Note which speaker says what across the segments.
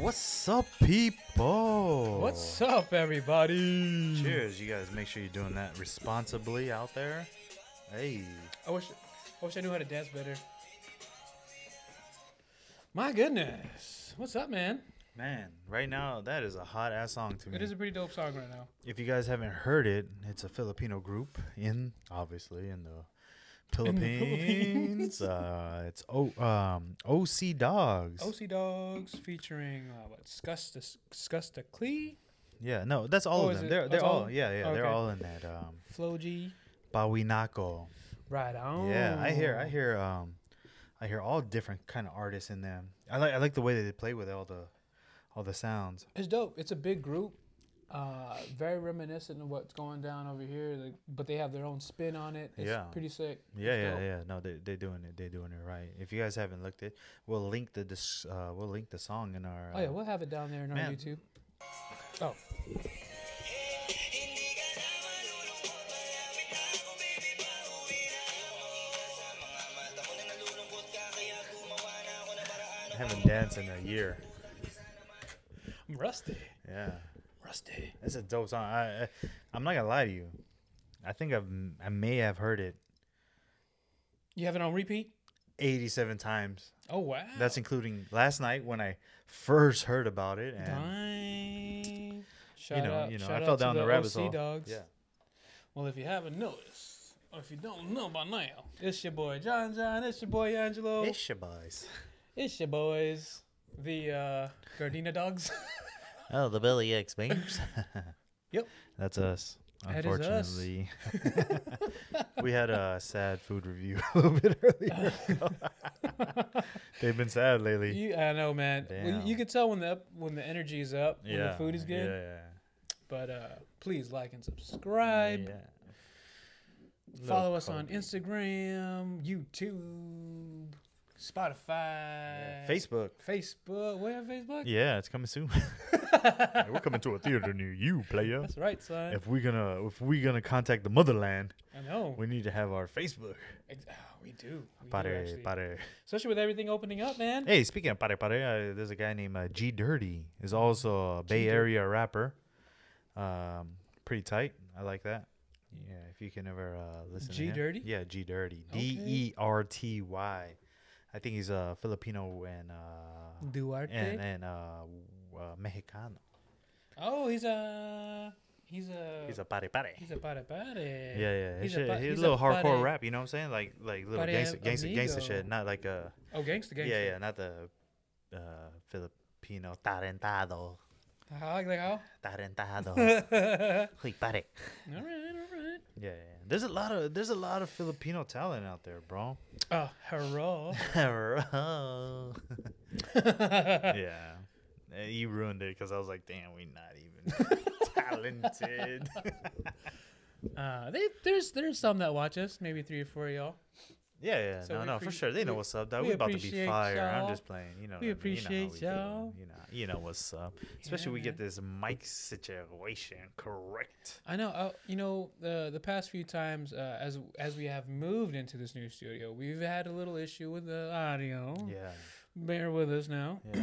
Speaker 1: What's up, people?
Speaker 2: What's up, everybody?
Speaker 1: Cheers, you guys. Make sure you're doing that responsibly out there. Hey,
Speaker 2: I wish, I wish I knew how to dance better. My goodness, what's up, man?
Speaker 1: man, right now that is a hot ass song to me.
Speaker 2: It is a pretty dope song right now.
Speaker 1: if you guys haven't heard it, it's a Filipino group in obviously in the
Speaker 2: the
Speaker 1: Philippines.
Speaker 2: Philippines.
Speaker 1: uh, it's o, um, OC Dogs.
Speaker 2: OC Dogs featuring uh, what? Scusta, Scusta Clee,
Speaker 1: yeah, no, that's all
Speaker 2: Oh,
Speaker 1: of
Speaker 2: is
Speaker 1: them.
Speaker 2: it-
Speaker 1: They're
Speaker 2: that's
Speaker 1: they're
Speaker 2: all
Speaker 1: all,
Speaker 2: of them?
Speaker 1: yeah yeah
Speaker 2: Oh,
Speaker 1: they're
Speaker 2: okay.
Speaker 1: all in that um,
Speaker 2: Flo G.
Speaker 1: Bawinako.
Speaker 2: Right on.
Speaker 1: Yeah, I hear,
Speaker 2: Oh.
Speaker 1: I hear, um, I hear all different kind of artists in them. I like, I like the way that they play with all the, all the sounds.
Speaker 2: It's dope. It's a big group. Uh, very reminiscent of what's going down over here, like, but they have their own spin on it. It's
Speaker 1: Yeah.
Speaker 2: pretty sick.
Speaker 1: Yeah,
Speaker 2: It's
Speaker 1: yeah,
Speaker 2: dope.
Speaker 1: yeah. No, they they doing it. They doing it right. If you guys haven't looked it, we'll link the dis, uh, we'll link the song in our.
Speaker 2: Oh yeah,
Speaker 1: uh,
Speaker 2: we'll have it down there in our
Speaker 1: Man.
Speaker 2: YouTube. Oh,
Speaker 1: I haven't danced in a year.
Speaker 2: I'm rusty.
Speaker 1: Yeah,
Speaker 2: Rusty.
Speaker 1: it's a dope song. I, I I'm not gonna lie to you. I think I've I may have heard it
Speaker 2: You have it on repeat?
Speaker 1: 87 times.
Speaker 2: Oh wow.
Speaker 1: That's including last night when I first heard about it and.
Speaker 2: Dang. Shout
Speaker 1: You know,
Speaker 2: out,
Speaker 1: you know,
Speaker 2: shout
Speaker 1: I
Speaker 2: out
Speaker 1: fell
Speaker 2: to
Speaker 1: down the, rabbit
Speaker 2: OC
Speaker 1: hole.
Speaker 2: Dogs.
Speaker 1: Yeah.
Speaker 2: Well, if you haven't noticed, or if you don't know by now, it's your boy John John. It's your boy Angelo. It's,
Speaker 1: It's your boys.
Speaker 2: your boys, the uh, Gardena Dogs.
Speaker 1: Oh, the Belly X Beams.
Speaker 2: Yep.
Speaker 1: That's us.
Speaker 2: That is us.
Speaker 1: Unfortunately, we had a sad food review a little bit earlier. ago. They've been sad lately.
Speaker 2: you, I know, man. Well,
Speaker 1: Damn.
Speaker 2: you can tell when the up, when the energy is up, when the food is good.
Speaker 1: Yeah, yeah,
Speaker 2: But uh, please like and
Speaker 1: yeah.
Speaker 2: subscribe.
Speaker 1: Little
Speaker 2: Follow us on
Speaker 1: Kobe.
Speaker 2: Instagram, YouTube, Spotify,
Speaker 1: Yeah, Facebook.
Speaker 2: Facebook. We have Facebook.
Speaker 1: Yeah, it's coming soon. We're coming to a theater near you, player.
Speaker 2: That's right, son.
Speaker 1: If we're gonna if we're gonna contact the motherland,
Speaker 2: I know.
Speaker 1: we need to have our Facebook.
Speaker 2: Ex- ah, we do. We do
Speaker 1: Pare,
Speaker 2: actually.
Speaker 1: pare.
Speaker 2: Especially with everything opening up, man.
Speaker 1: Hey, speaking of pare pare, uh, there's a guy named uh, G Dirty. Is also a Bay
Speaker 2: Mm. Dirty.
Speaker 1: Area rapper. Um, pretty tight. I like that. Yeah, if you can ever uh, listen. to
Speaker 2: G
Speaker 1: him.
Speaker 2: Dirty?
Speaker 1: Yeah, G Dirty.
Speaker 2: Okay.
Speaker 1: D E R T Y. I think he's uh, Filipino and uh,
Speaker 2: Duarte.
Speaker 1: and and uh, w- uh, Mexicano.
Speaker 2: oh, he's a he's a
Speaker 1: He's a pare pare.
Speaker 2: he's a pare pare.
Speaker 1: Yeah, yeah. He's,
Speaker 2: He's
Speaker 1: a,
Speaker 2: a, pa-
Speaker 1: he's,
Speaker 2: he's
Speaker 1: a little hardcore
Speaker 2: pare-
Speaker 1: rap. You know what I'm saying? Like like little
Speaker 2: pare
Speaker 1: gangster gangster gangster
Speaker 2: amigo.
Speaker 1: shit. Not like a
Speaker 2: Oh, gangsta gangsta.
Speaker 1: yeah yeah. Not the uh, Filipino tarantado.
Speaker 2: Ah, I like that. How?
Speaker 1: Tarantado. Uy, pare.
Speaker 2: All right, all right.
Speaker 1: Yeah, yeah, yeah. There's a lot of there's a lot of Filipino talent out there, bro.
Speaker 2: Oh, hurrah.
Speaker 1: yeah. Eh, You ruined it because I was like, damn, we not even talented.
Speaker 2: Uh, they, there's there's some that watch us, maybe three or four of y'all.
Speaker 1: yeah, yeah,
Speaker 2: So
Speaker 1: no,
Speaker 2: we
Speaker 1: no, for
Speaker 2: appreci-
Speaker 1: sure. They know
Speaker 2: we-
Speaker 1: what's up. Though
Speaker 2: we
Speaker 1: we about to be
Speaker 2: appreciate
Speaker 1: fire.
Speaker 2: y'all.
Speaker 1: I'm just playing. You know,
Speaker 2: We
Speaker 1: what I mean, you know how
Speaker 2: appreciate
Speaker 1: we do,
Speaker 2: y'all.
Speaker 1: You know, you know what's up. Especially we get
Speaker 2: man.
Speaker 1: this mic situation correct.
Speaker 2: I know. Uh, you know, the the past few times uh, as as we have moved into this new studio, we've had a little issue with the audio.
Speaker 1: Yeah,
Speaker 2: Bear with us now,
Speaker 1: yeah.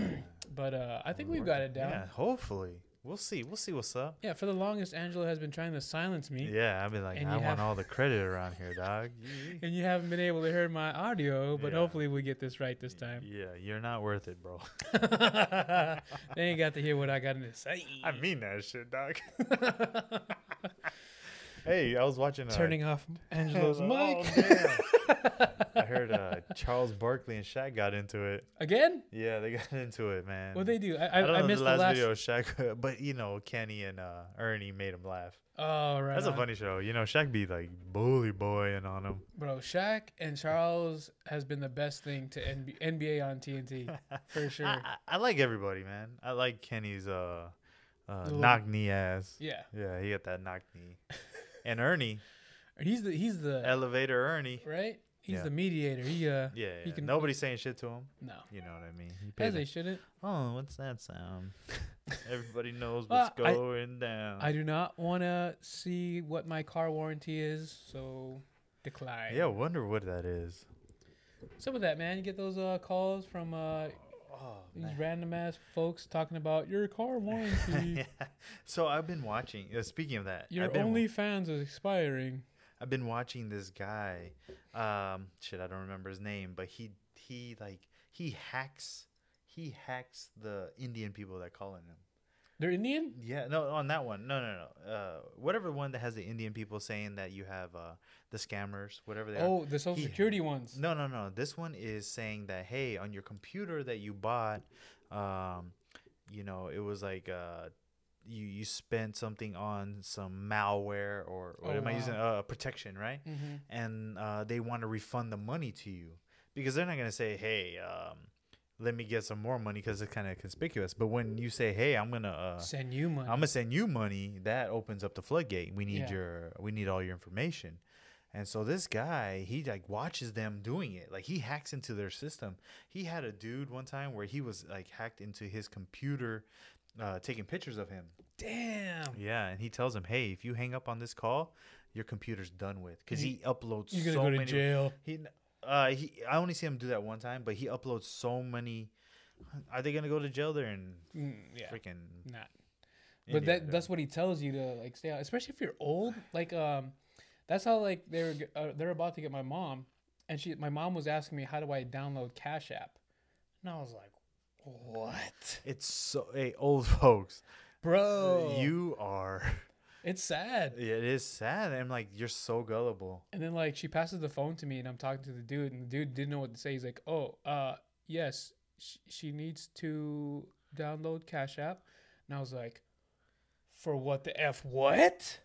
Speaker 2: but uh, I think we've got it down.
Speaker 1: Yeah, hopefully, we'll see. We'll see what's up.
Speaker 2: Yeah, for the longest, Angela has been trying to silence me,
Speaker 1: Yeah, I'd be like,
Speaker 2: And
Speaker 1: I
Speaker 2: you
Speaker 1: want
Speaker 2: have-
Speaker 1: all the credit around here, dog. You-
Speaker 2: and you haven't been able to hear my audio. But
Speaker 1: Yeah.
Speaker 2: hopefully, we get this right this time.
Speaker 1: yeah, you're not worth it, bro.
Speaker 2: they ain't got to hear what I got to say.
Speaker 1: I mean that shit, dog. hey, I was watching. Uh,
Speaker 2: Turning off Angelo's
Speaker 1: oh,
Speaker 2: mic
Speaker 1: damn. I heard uh, Charles Barkley and Shaq got into it.
Speaker 2: again.
Speaker 1: Yeah, they got into it, man.
Speaker 2: What they do? I,
Speaker 1: I,
Speaker 2: I,
Speaker 1: don't
Speaker 2: I,
Speaker 1: know
Speaker 2: missed
Speaker 1: the last, video of Shaq, but you know, Kenny and uh, Ernie made him laugh.
Speaker 2: Oh, right.
Speaker 1: That's a
Speaker 2: on.
Speaker 1: funny show. You know, Shaq be like bully boying on him.
Speaker 2: Bro, Shaq and Charles has been the best thing to NB- NBA on TNT for
Speaker 1: I,
Speaker 2: sure.
Speaker 1: I, I like everybody, man. I like Kenny's uh, uh
Speaker 2: Little-
Speaker 1: knock knee ass.
Speaker 2: Yeah,
Speaker 1: Yeah, he got that knock knee. and Ernie,
Speaker 2: he's the he's the
Speaker 1: elevator Ernie.
Speaker 2: right. He's
Speaker 1: Yeah.
Speaker 2: the mediator. He uh
Speaker 1: Yeah,
Speaker 2: He
Speaker 1: yeah.
Speaker 2: can-
Speaker 1: nobody's saying shit to him.
Speaker 2: no,
Speaker 1: You know what I mean? He
Speaker 2: as
Speaker 1: paid
Speaker 2: they
Speaker 1: him,
Speaker 2: shouldn't.
Speaker 1: oh, what's that sound? Everybody knows
Speaker 2: Well,
Speaker 1: what's
Speaker 2: I-
Speaker 1: going down.
Speaker 2: I do not want to see what my car warranty is, so decline.
Speaker 1: yeah, I wonder what that is.
Speaker 2: Some of that, man. You get those uh, calls from uh,
Speaker 1: oh
Speaker 2: These
Speaker 1: man.
Speaker 2: random ass folks talking about your car warranty.
Speaker 1: yeah. So I've been watching. Uh, speaking of that,
Speaker 2: your
Speaker 1: I've been,
Speaker 2: OnlyFans is expiring.
Speaker 1: I've been watching this guy. Um, shit, I don't remember his name, but he he like he hacks he hacks the Indian people that call on him.
Speaker 2: They're Indian.
Speaker 1: Yeah, no, on that one, no, no, no. Uh, whatever one that has the Indian people saying that you have uh the scammers, whatever they are.
Speaker 2: Oh, the Social
Speaker 1: He-
Speaker 2: Security ones.
Speaker 1: No, no, no. This one is saying that hey, on your computer that you bought, um, you know, it was like uh, you you spent something on some malware or what
Speaker 2: Oh,
Speaker 1: am I
Speaker 2: wow.
Speaker 1: using? Uh, protection, right?
Speaker 2: Mm-hmm.
Speaker 1: And uh, they want to refund the money to you because they're not gonna say hey, um, let me get some more money because it's kind of conspicuous. But when you say hey, I'm gonna uh,
Speaker 2: Send you money.
Speaker 1: I'm gonna send you money. That opens up the floodgate. We need
Speaker 2: Yeah.
Speaker 1: your, we need all your information. And so this guy, he like watches them doing it. Like he hacks into their system. He had a dude one time where he was like hacked into his computer, uh, taking pictures of him.
Speaker 2: Damn.
Speaker 1: Yeah, and he tells him, hey, if you hang up on this call, your computer's done with. Because he uploads
Speaker 2: You're gonna
Speaker 1: so
Speaker 2: go to
Speaker 1: many.
Speaker 2: jail.
Speaker 1: He, uh, he. I only see him do that one time, but he uploads so many. Are they gonna go to jail there and
Speaker 2: Mm, yeah.
Speaker 1: freaking?
Speaker 2: Not.
Speaker 1: India,
Speaker 2: But
Speaker 1: though?
Speaker 2: that that's what he tells you to like stay out, especially if you're old. Like um, that's how like they were g- uh, they're about to get my mom, and she my mom was asking me how do I download Cash App, and I was like, what,
Speaker 1: It's so hey, old folks.
Speaker 2: bro? You
Speaker 1: You are.
Speaker 2: it's sad.
Speaker 1: It is sad. I'm like, you're so gullible.
Speaker 2: And then like she passes the phone to me, and I'm talking to the dude, and the dude didn't know what to say. He's like, oh uh yes, sh- she needs to download Cash App, and I was like, for what the f what?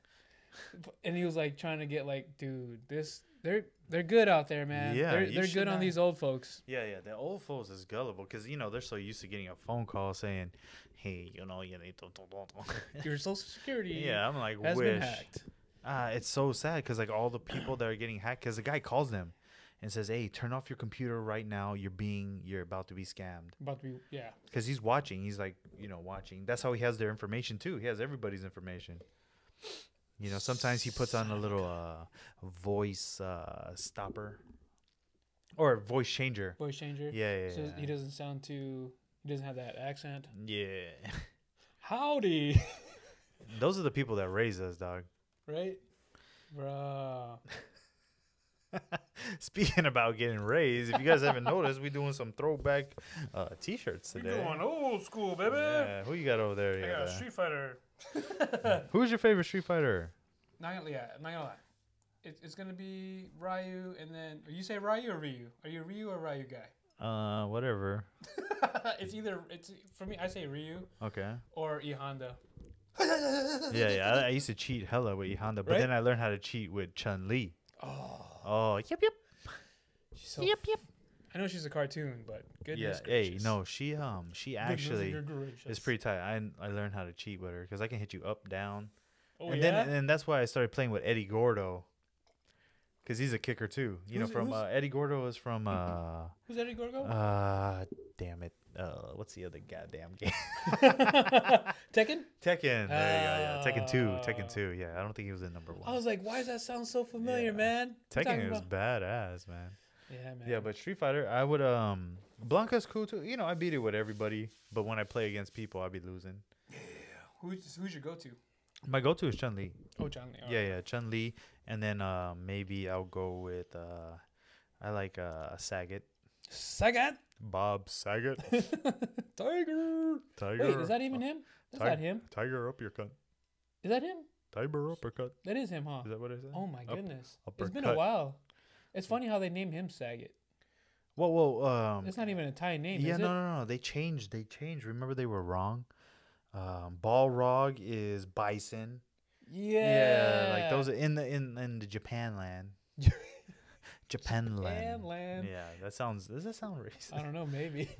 Speaker 2: and he was like trying to get like, dude, this they're they're good out there, man.
Speaker 1: Yeah,
Speaker 2: they're
Speaker 1: you
Speaker 2: they're
Speaker 1: should
Speaker 2: good on
Speaker 1: not-
Speaker 2: these old folks.
Speaker 1: Yeah, yeah. The old folks is gullible because you know they're so used to getting a phone call saying, "Hey, you know, you need to." to- to- to."
Speaker 2: Your social security.
Speaker 1: yeah, I'm like,
Speaker 2: has been
Speaker 1: wish.
Speaker 2: hacked.
Speaker 1: Uh, it's so sad because like all the people that are getting hacked, because the guy calls them and says, "Hey, turn off your computer right now. You're being, you're about to be scammed."
Speaker 2: About to be yeah.
Speaker 1: Because he's watching. He's like, you know, watching. That's how he has their information too. He has everybody's information. You know, sometimes he puts on a little uh, voice uh, stopper or voice changer.
Speaker 2: Voice changer.
Speaker 1: Yeah, yeah,
Speaker 2: So
Speaker 1: yeah.
Speaker 2: he doesn't sound too he doesn't have that accent.
Speaker 1: yeah.
Speaker 2: Howdy.
Speaker 1: Those are the people that raise us, dog.
Speaker 2: right? Bruh.
Speaker 1: Speaking about getting raised, if you guys haven't noticed, we're doing some throwback uh, t-shirts today.
Speaker 2: old school, baby.
Speaker 1: Yeah, who you got over there? Yeah, there?
Speaker 2: Fighter.
Speaker 1: Who's your favorite Street Fighter?
Speaker 2: Not gonna, yeah, not gonna lie. It, it's gonna be Ryu, and then you say Ryu or Ryu. Are you a Ryu or Ryu guy?
Speaker 1: Uh, whatever.
Speaker 2: it's either it's for me. I say Ryu
Speaker 1: Okay.
Speaker 2: or E Honda.
Speaker 1: Yeah, yeah. I, I used to cheat hella with E Honda, but
Speaker 2: Right?
Speaker 1: then I learned how to cheat with Chun Li. Oh. Oh, yep, yep.
Speaker 2: She's so yep, yep. I know she's a cartoon, but goodness
Speaker 1: yeah. Hey,
Speaker 2: gracious.
Speaker 1: no, she um, she
Speaker 2: Goodness
Speaker 1: actually
Speaker 2: gracious.
Speaker 1: is pretty tight. I I learned how to cheat with her because I can hit you up, down,
Speaker 2: Oh
Speaker 1: and
Speaker 2: yeah.
Speaker 1: then and that's why I started playing with Eddie Gordo. Cause he's a kicker too, you
Speaker 2: Who's-
Speaker 1: know. From
Speaker 2: who's-
Speaker 1: uh, Eddie Gordo is from uh,
Speaker 2: Who's Eddie Gorgo?
Speaker 1: uh, damn it, uh, what's the other goddamn game?
Speaker 2: Tekken.
Speaker 1: Tekken. There you go. Yeah, Tekken two. Tekken
Speaker 2: Ah.
Speaker 1: two. Yeah, I don't think he was in number one.
Speaker 2: I was like, why does that sound so familiar,
Speaker 1: Yeah.
Speaker 2: man? We're talking
Speaker 1: Tekken is
Speaker 2: about-
Speaker 1: badass, man.
Speaker 2: Yeah, man.
Speaker 1: Yeah, but Street Fighter, I would um Blanca's cool too. You know, I beat it with everybody, but when I play against people, I be losing.
Speaker 2: Who's who's your go-to?
Speaker 1: My go-to is Chun Li.
Speaker 2: Oh, John Lee.
Speaker 1: Yeah, yeah, Chun Li, and then uh, maybe I'll go with uh, I like uh Saget,
Speaker 2: Sagat
Speaker 1: Bob Saget,
Speaker 2: Tiger.
Speaker 1: Tiger.
Speaker 2: Wait, is that even him? That's
Speaker 1: Tiger.
Speaker 2: not him.
Speaker 1: Tiger up your cut?
Speaker 2: Is that him?
Speaker 1: Tiger up your cut?
Speaker 2: That is him, huh?
Speaker 1: Is that what I said?
Speaker 2: Oh my
Speaker 1: Up-
Speaker 2: goodness. It's been a
Speaker 1: uppercut.
Speaker 2: while. It's funny how they named him Saget.
Speaker 1: Whoa, whoa, um,
Speaker 2: It's not even a Thai name,
Speaker 1: yeah,
Speaker 2: is
Speaker 1: no,
Speaker 2: it?
Speaker 1: no, no, they changed. They changed. Remember, they were wrong. Um, Balrog is bison.
Speaker 2: Yeah.
Speaker 1: like those are in the in in the Japan land. Japan land.
Speaker 2: Japan land.
Speaker 1: Yeah, that sounds. Does that sound
Speaker 2: I
Speaker 1: racist?
Speaker 2: don't know, maybe.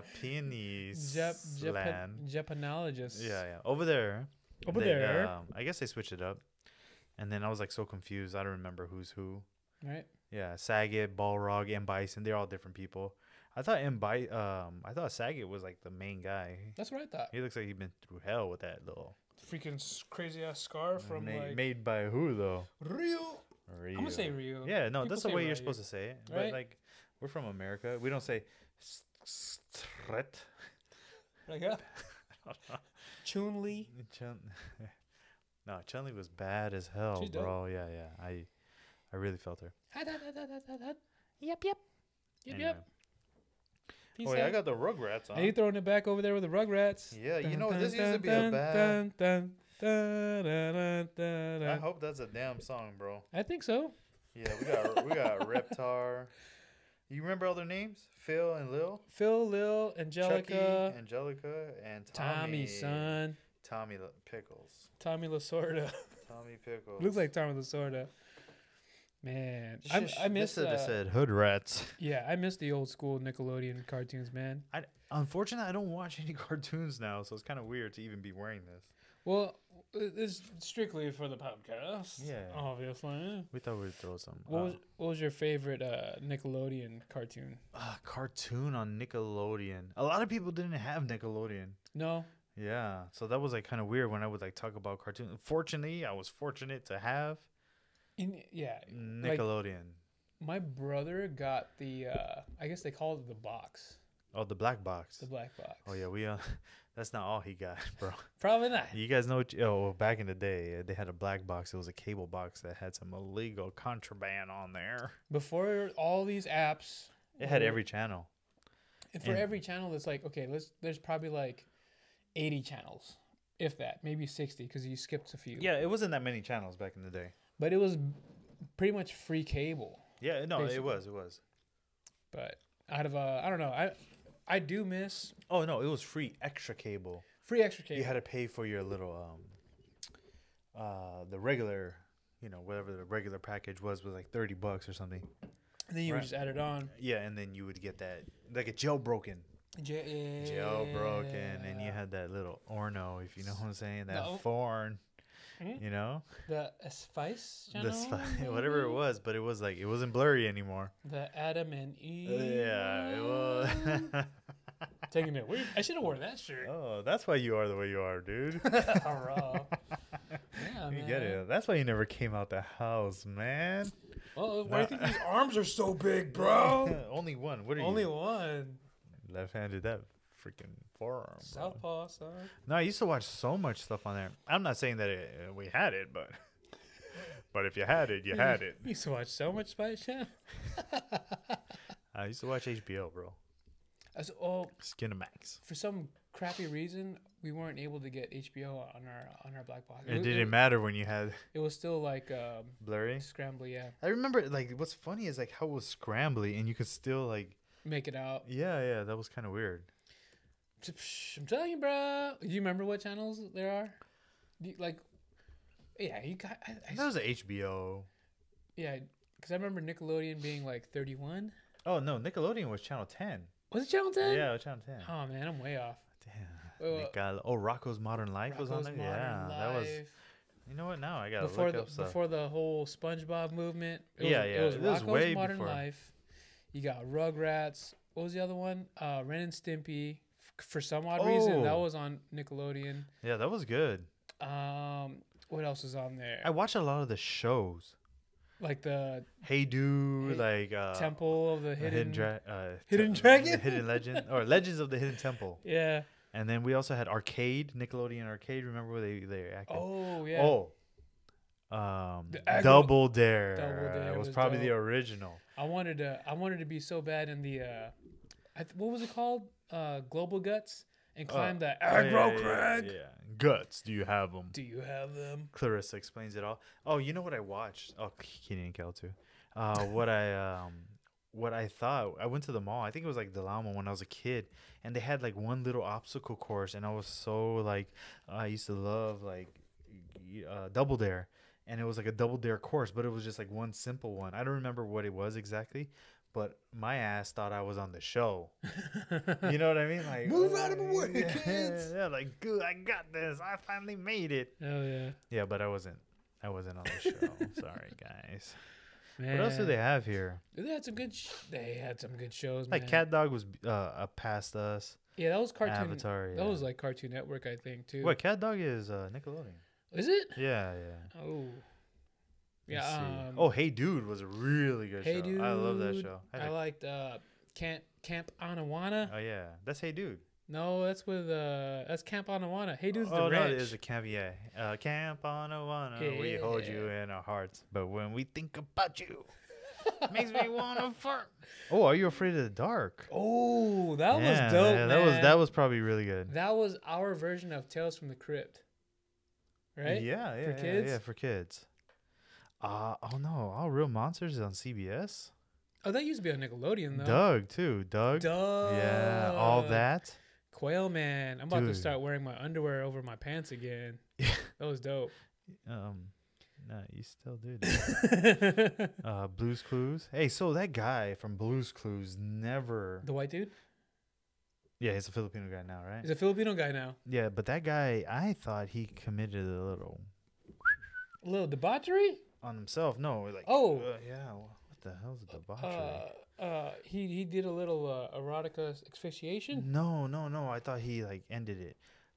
Speaker 1: Japanese
Speaker 2: Jap- Japan-
Speaker 1: land.
Speaker 2: Japanologists.
Speaker 1: Yeah, yeah. Over there.
Speaker 2: Over
Speaker 1: they,
Speaker 2: there.
Speaker 1: Um, I guess they switched it up, and then I was like so confused. I don't remember who's who.
Speaker 2: Right?
Speaker 1: Yeah, Saget, Balrog, and Bison. They're all different people. I thought M. Bi- um, I thought Saget was like the main guy.
Speaker 2: That's what I thought.
Speaker 1: He looks like he's been through hell with that little.
Speaker 2: Freaking crazy ass scar from
Speaker 1: made,
Speaker 2: like
Speaker 1: made by who though?
Speaker 2: Ryu.
Speaker 1: Ryu.
Speaker 2: I'm gonna say Ryu.
Speaker 1: Yeah, no,
Speaker 2: People
Speaker 1: that's the
Speaker 2: say
Speaker 1: way you're
Speaker 2: Ryu.
Speaker 1: supposed to say it. But
Speaker 2: Right?
Speaker 1: like, we're from America. We don't say S- Stret.
Speaker 2: Like, yeah. Chun Li.
Speaker 1: Chun. no, Chun Li was bad as hell,
Speaker 2: She's dope.
Speaker 1: bro. Yeah, yeah. I, I really felt her.
Speaker 2: Yep,
Speaker 1: Yep, yep.
Speaker 2: yep.
Speaker 1: Anyway.
Speaker 2: Peace
Speaker 1: Oh, yeah, I
Speaker 2: out.
Speaker 1: got the Rugrats
Speaker 2: Now you
Speaker 1: on.
Speaker 2: throwing it back over there with the Rugrats.
Speaker 1: Yeah, you
Speaker 2: Dun,
Speaker 1: know
Speaker 2: dun,
Speaker 1: this used to
Speaker 2: dun,
Speaker 1: be a
Speaker 2: dun,
Speaker 1: bad.
Speaker 2: dun, dun, dun, dun, dun, dun,
Speaker 1: I
Speaker 2: dun.
Speaker 1: hope that's a damn song, bro.
Speaker 2: I think so.
Speaker 1: Yeah, we got we got Reptar. You remember all their names? Phil and Lil,
Speaker 2: Phil, Lil, Angelica,
Speaker 1: Chucky, Angelica, and Tommy.
Speaker 2: Tommy, son,
Speaker 1: Tommy L- Pickles.
Speaker 2: Tommy Lasorda.
Speaker 1: Tommy Pickles.
Speaker 2: Looks like Tommy Lasorda. Man,
Speaker 1: It's
Speaker 2: I,
Speaker 1: just-
Speaker 2: I miss.
Speaker 1: This
Speaker 2: Uh,
Speaker 1: said hood rats.
Speaker 2: yeah, I miss the old school Nickelodeon cartoons, man.
Speaker 1: I, unfortunately, I don't watch any cartoons now, so it's kind of weird to even be wearing this.
Speaker 2: Well, it- it's strictly for the podcast.
Speaker 1: Yeah.
Speaker 2: obviously.
Speaker 1: We thought we'd throw some.
Speaker 2: What
Speaker 1: uh,
Speaker 2: was what was your favorite uh, Nickelodeon cartoon?
Speaker 1: uh, cartoon on Nickelodeon. A lot of people didn't have Nickelodeon.
Speaker 2: No,
Speaker 1: Yeah, so that was like kind of weird when I would like talk about cartoon. Fortunately, I was fortunate to have
Speaker 2: in yeah, like
Speaker 1: Nickelodeon.
Speaker 2: my brother got the uh, I guess they called it the box,
Speaker 1: oh, the black box.
Speaker 2: the black box.
Speaker 1: Oh yeah, we. Uh, that's not all he got, bro.
Speaker 2: probably not.
Speaker 1: You guys know what? You, oh, back in the day, uh, they had a black box. It was a cable box that had some illegal contraband on there.
Speaker 2: Before all these apps,
Speaker 1: It had
Speaker 2: were-
Speaker 1: every channel.
Speaker 2: and for
Speaker 1: and-
Speaker 2: every channel. It's like okay, let's there's probably like eighty channels, if that, maybe sixty because you skipped a few.
Speaker 1: Yeah, it wasn't that many channels back in the day.
Speaker 2: but it was pretty much free cable.
Speaker 1: Yeah, no,
Speaker 2: Basically.
Speaker 1: it was, it was.
Speaker 2: But out of uh, I don't know, I I do miss
Speaker 1: Oh no, it was free extra cable.
Speaker 2: free extra cable.
Speaker 1: You had to pay for your little um uh the regular, you know, whatever the regular package was was like 30 bucks or something.
Speaker 2: And then you
Speaker 1: Right.
Speaker 2: would just add it on.
Speaker 1: Yeah, and then you would get that like a jailbroken.
Speaker 2: J-
Speaker 1: Jailbroken and you had that little orno, if you know what I'm saying, that
Speaker 2: No.
Speaker 1: foreign,
Speaker 2: Mhm.
Speaker 1: you know?
Speaker 2: the uh, Spice
Speaker 1: The
Speaker 2: channel,
Speaker 1: sp- whatever it
Speaker 2: maybe?
Speaker 1: was, but it was like it wasn't blurry anymore.
Speaker 2: the Adam and Eve.
Speaker 1: Uh, Yeah, it was.
Speaker 2: Taking it. Weird. I should have worn that shirt.
Speaker 1: oh, that's why you are the way you are, dude.
Speaker 2: Raw. yeah,
Speaker 1: You get
Speaker 2: man.
Speaker 1: it. That's why you never came out the house, man.
Speaker 2: Well, why do you
Speaker 1: Nah.
Speaker 2: think these arms are so big, bro?
Speaker 1: Only one. What are
Speaker 2: Only
Speaker 1: you?
Speaker 2: one.
Speaker 1: Left-handed. That freaking forearm. bro.
Speaker 2: Southpaw, son.
Speaker 1: No, I used to watch so much stuff on there. I'm not saying that it, uh, we had it, but but if you had it, you had it.
Speaker 2: You used to watch so much Spice Channel.
Speaker 1: I used to watch HBO, bro.
Speaker 2: I was, oh,
Speaker 1: Skinamax.
Speaker 2: for some crappy reason, we weren't able to get HBO on our on our black box.
Speaker 1: It
Speaker 2: wa-
Speaker 1: didn't
Speaker 2: wa-
Speaker 1: matter when you had
Speaker 2: It was still like um,
Speaker 1: blurry.
Speaker 2: scramble, yeah.
Speaker 1: I remember, like, what's funny is like how it was scrambly, and you could still like,
Speaker 2: Make it out.
Speaker 1: yeah, yeah, that was kind of weird.
Speaker 2: I'm telling you, bro. Do you remember what channels there are? Do you, like, yeah, you got. I, I,
Speaker 1: That was a HBO.
Speaker 2: yeah, because I remember Nickelodeon being like 31.
Speaker 1: Oh no, Nickelodeon was channel ten.
Speaker 2: Was it Channel 10?
Speaker 1: Yeah, channel ten.
Speaker 2: Oh man, I'm way off.
Speaker 1: Damn.
Speaker 2: Uh,
Speaker 1: Nickel- oh, Rocco's Modern Life was on
Speaker 2: Rocko's
Speaker 1: there. Yeah,
Speaker 2: Modern
Speaker 1: that was.
Speaker 2: Life.
Speaker 1: You know what? Now I gotta
Speaker 2: before
Speaker 1: look
Speaker 2: the
Speaker 1: up stuff.
Speaker 2: before the whole SpongeBob movement.
Speaker 1: Yeah,
Speaker 2: was,
Speaker 1: yeah,
Speaker 2: It was
Speaker 1: it was
Speaker 2: Rocko's
Speaker 1: way
Speaker 2: Modern
Speaker 1: before.
Speaker 2: Life. You got Rugrats. What was the other one? Uh, Ren and Stimpy. F- For some odd reason, that
Speaker 1: Oh.
Speaker 2: was on Nickelodeon.
Speaker 1: yeah, that was good.
Speaker 2: Um, what else was on there?
Speaker 1: I watched a lot of the shows.
Speaker 2: like the
Speaker 1: Hey Dude,
Speaker 2: Hey-
Speaker 1: like uh,
Speaker 2: Temple of the
Speaker 1: the
Speaker 2: Hidden.
Speaker 1: Dra- uh,
Speaker 2: Hidden
Speaker 1: Te-
Speaker 2: Dragon?
Speaker 1: Hidden Legend, or Legends of the Hidden Temple.
Speaker 2: yeah.
Speaker 1: And then we also had Arcade, Nickelodeon Arcade. Remember where they they acted?
Speaker 2: Oh yeah.
Speaker 1: Oh. Um,
Speaker 2: The Agro-
Speaker 1: Double Dare,
Speaker 2: Double Dare
Speaker 1: was,
Speaker 2: was
Speaker 1: probably the
Speaker 2: dope.
Speaker 1: original.
Speaker 2: I wanted to. I wanted to be so bad in the. Uh, I th- what was it called? Uh, Global Guts and climb the
Speaker 1: Oh, yeah,
Speaker 2: aggro
Speaker 1: yeah,
Speaker 2: crag.
Speaker 1: Yeah, Guts, do you have them?
Speaker 2: Do you have them?
Speaker 1: Clarissa explains it all. Oh, you know what I watched? Oh, Keenan and Kel too. Uh, what I um, what I thought I went to the mall. I think it was like Del Amo when I was a kid, and they had like one little obstacle course, and I was so like, I used to love like, y- uh, Double Dare, and it was like a Double Dare course, but it was just like one simple one. I don't remember what it was exactly, but my ass thought I was on the show. You know what I mean? Like
Speaker 2: Move out of my
Speaker 1: oh,
Speaker 2: way,
Speaker 1: yeah,
Speaker 2: kids.
Speaker 1: Yeah, like good, I got this. I finally made it.
Speaker 2: Oh yeah.
Speaker 1: Yeah, but I wasn't. I wasn't on the show. Sorry, guys.
Speaker 2: Man.
Speaker 1: What else do they have here?
Speaker 2: They had some good. Sh- they had some good shows.
Speaker 1: Like
Speaker 2: man.
Speaker 1: Cat Dog was uh, uh past us.
Speaker 2: Yeah, that was cartoon.
Speaker 1: Avatar. Yeah.
Speaker 2: That was like Cartoon Network, I think too.
Speaker 1: what Cat Dog is uh, Nickelodeon.
Speaker 2: Is it?
Speaker 1: Yeah, yeah.
Speaker 2: Oh.
Speaker 1: Let's
Speaker 2: Yeah.
Speaker 1: see.
Speaker 2: Um,
Speaker 1: oh, Hey Dude was a really good
Speaker 2: Hey
Speaker 1: show. I love that
Speaker 2: Dude,
Speaker 1: show.
Speaker 2: I
Speaker 1: I
Speaker 2: liked uh, Camp Camp Anawana.
Speaker 1: Oh yeah, that's hey dude.
Speaker 2: No, that's with uh, that's Camp Anawana. Hey, dude's the
Speaker 1: oh
Speaker 2: ranch.
Speaker 1: no, it is a camp. Yeah, uh, camp on a one. We hold you in our hearts, but when we think about you, makes me wanna fart. Oh, are you afraid of the dark?
Speaker 2: Oh, that was dope.
Speaker 1: yeah, that was
Speaker 2: man.
Speaker 1: that was probably really good.
Speaker 2: That was our version of Tales from the Crypt, right?
Speaker 1: Yeah, yeah,
Speaker 2: For
Speaker 1: yeah,
Speaker 2: kids?
Speaker 1: yeah, for kids. Uh, oh no, all real monsters is on CBS.
Speaker 2: Oh, that used to be on Nickelodeon though.
Speaker 1: Doug too, Doug. Yeah, all
Speaker 2: Duh.
Speaker 1: that.
Speaker 2: Quail man, I'm about
Speaker 1: Dude.
Speaker 2: to start wearing my underwear over my pants again. that was dope.
Speaker 1: Um, no, you still do. That. Uh, Blues Clues. Hey, so that guy from Blues Clues never.
Speaker 2: the white dude
Speaker 1: Yeah, he's a Filipino guy now, right?
Speaker 2: is a Filipino guy now.
Speaker 1: Yeah, but that guy, I thought he committed a little
Speaker 2: A little debauchery.
Speaker 1: on himself. No, like
Speaker 2: Oh.
Speaker 1: uh, yeah. What the hell's debauchery?
Speaker 2: Uh, uh, he he did a little uh, erotica asphyxiation.
Speaker 1: no, no, no. I thought he like ended it,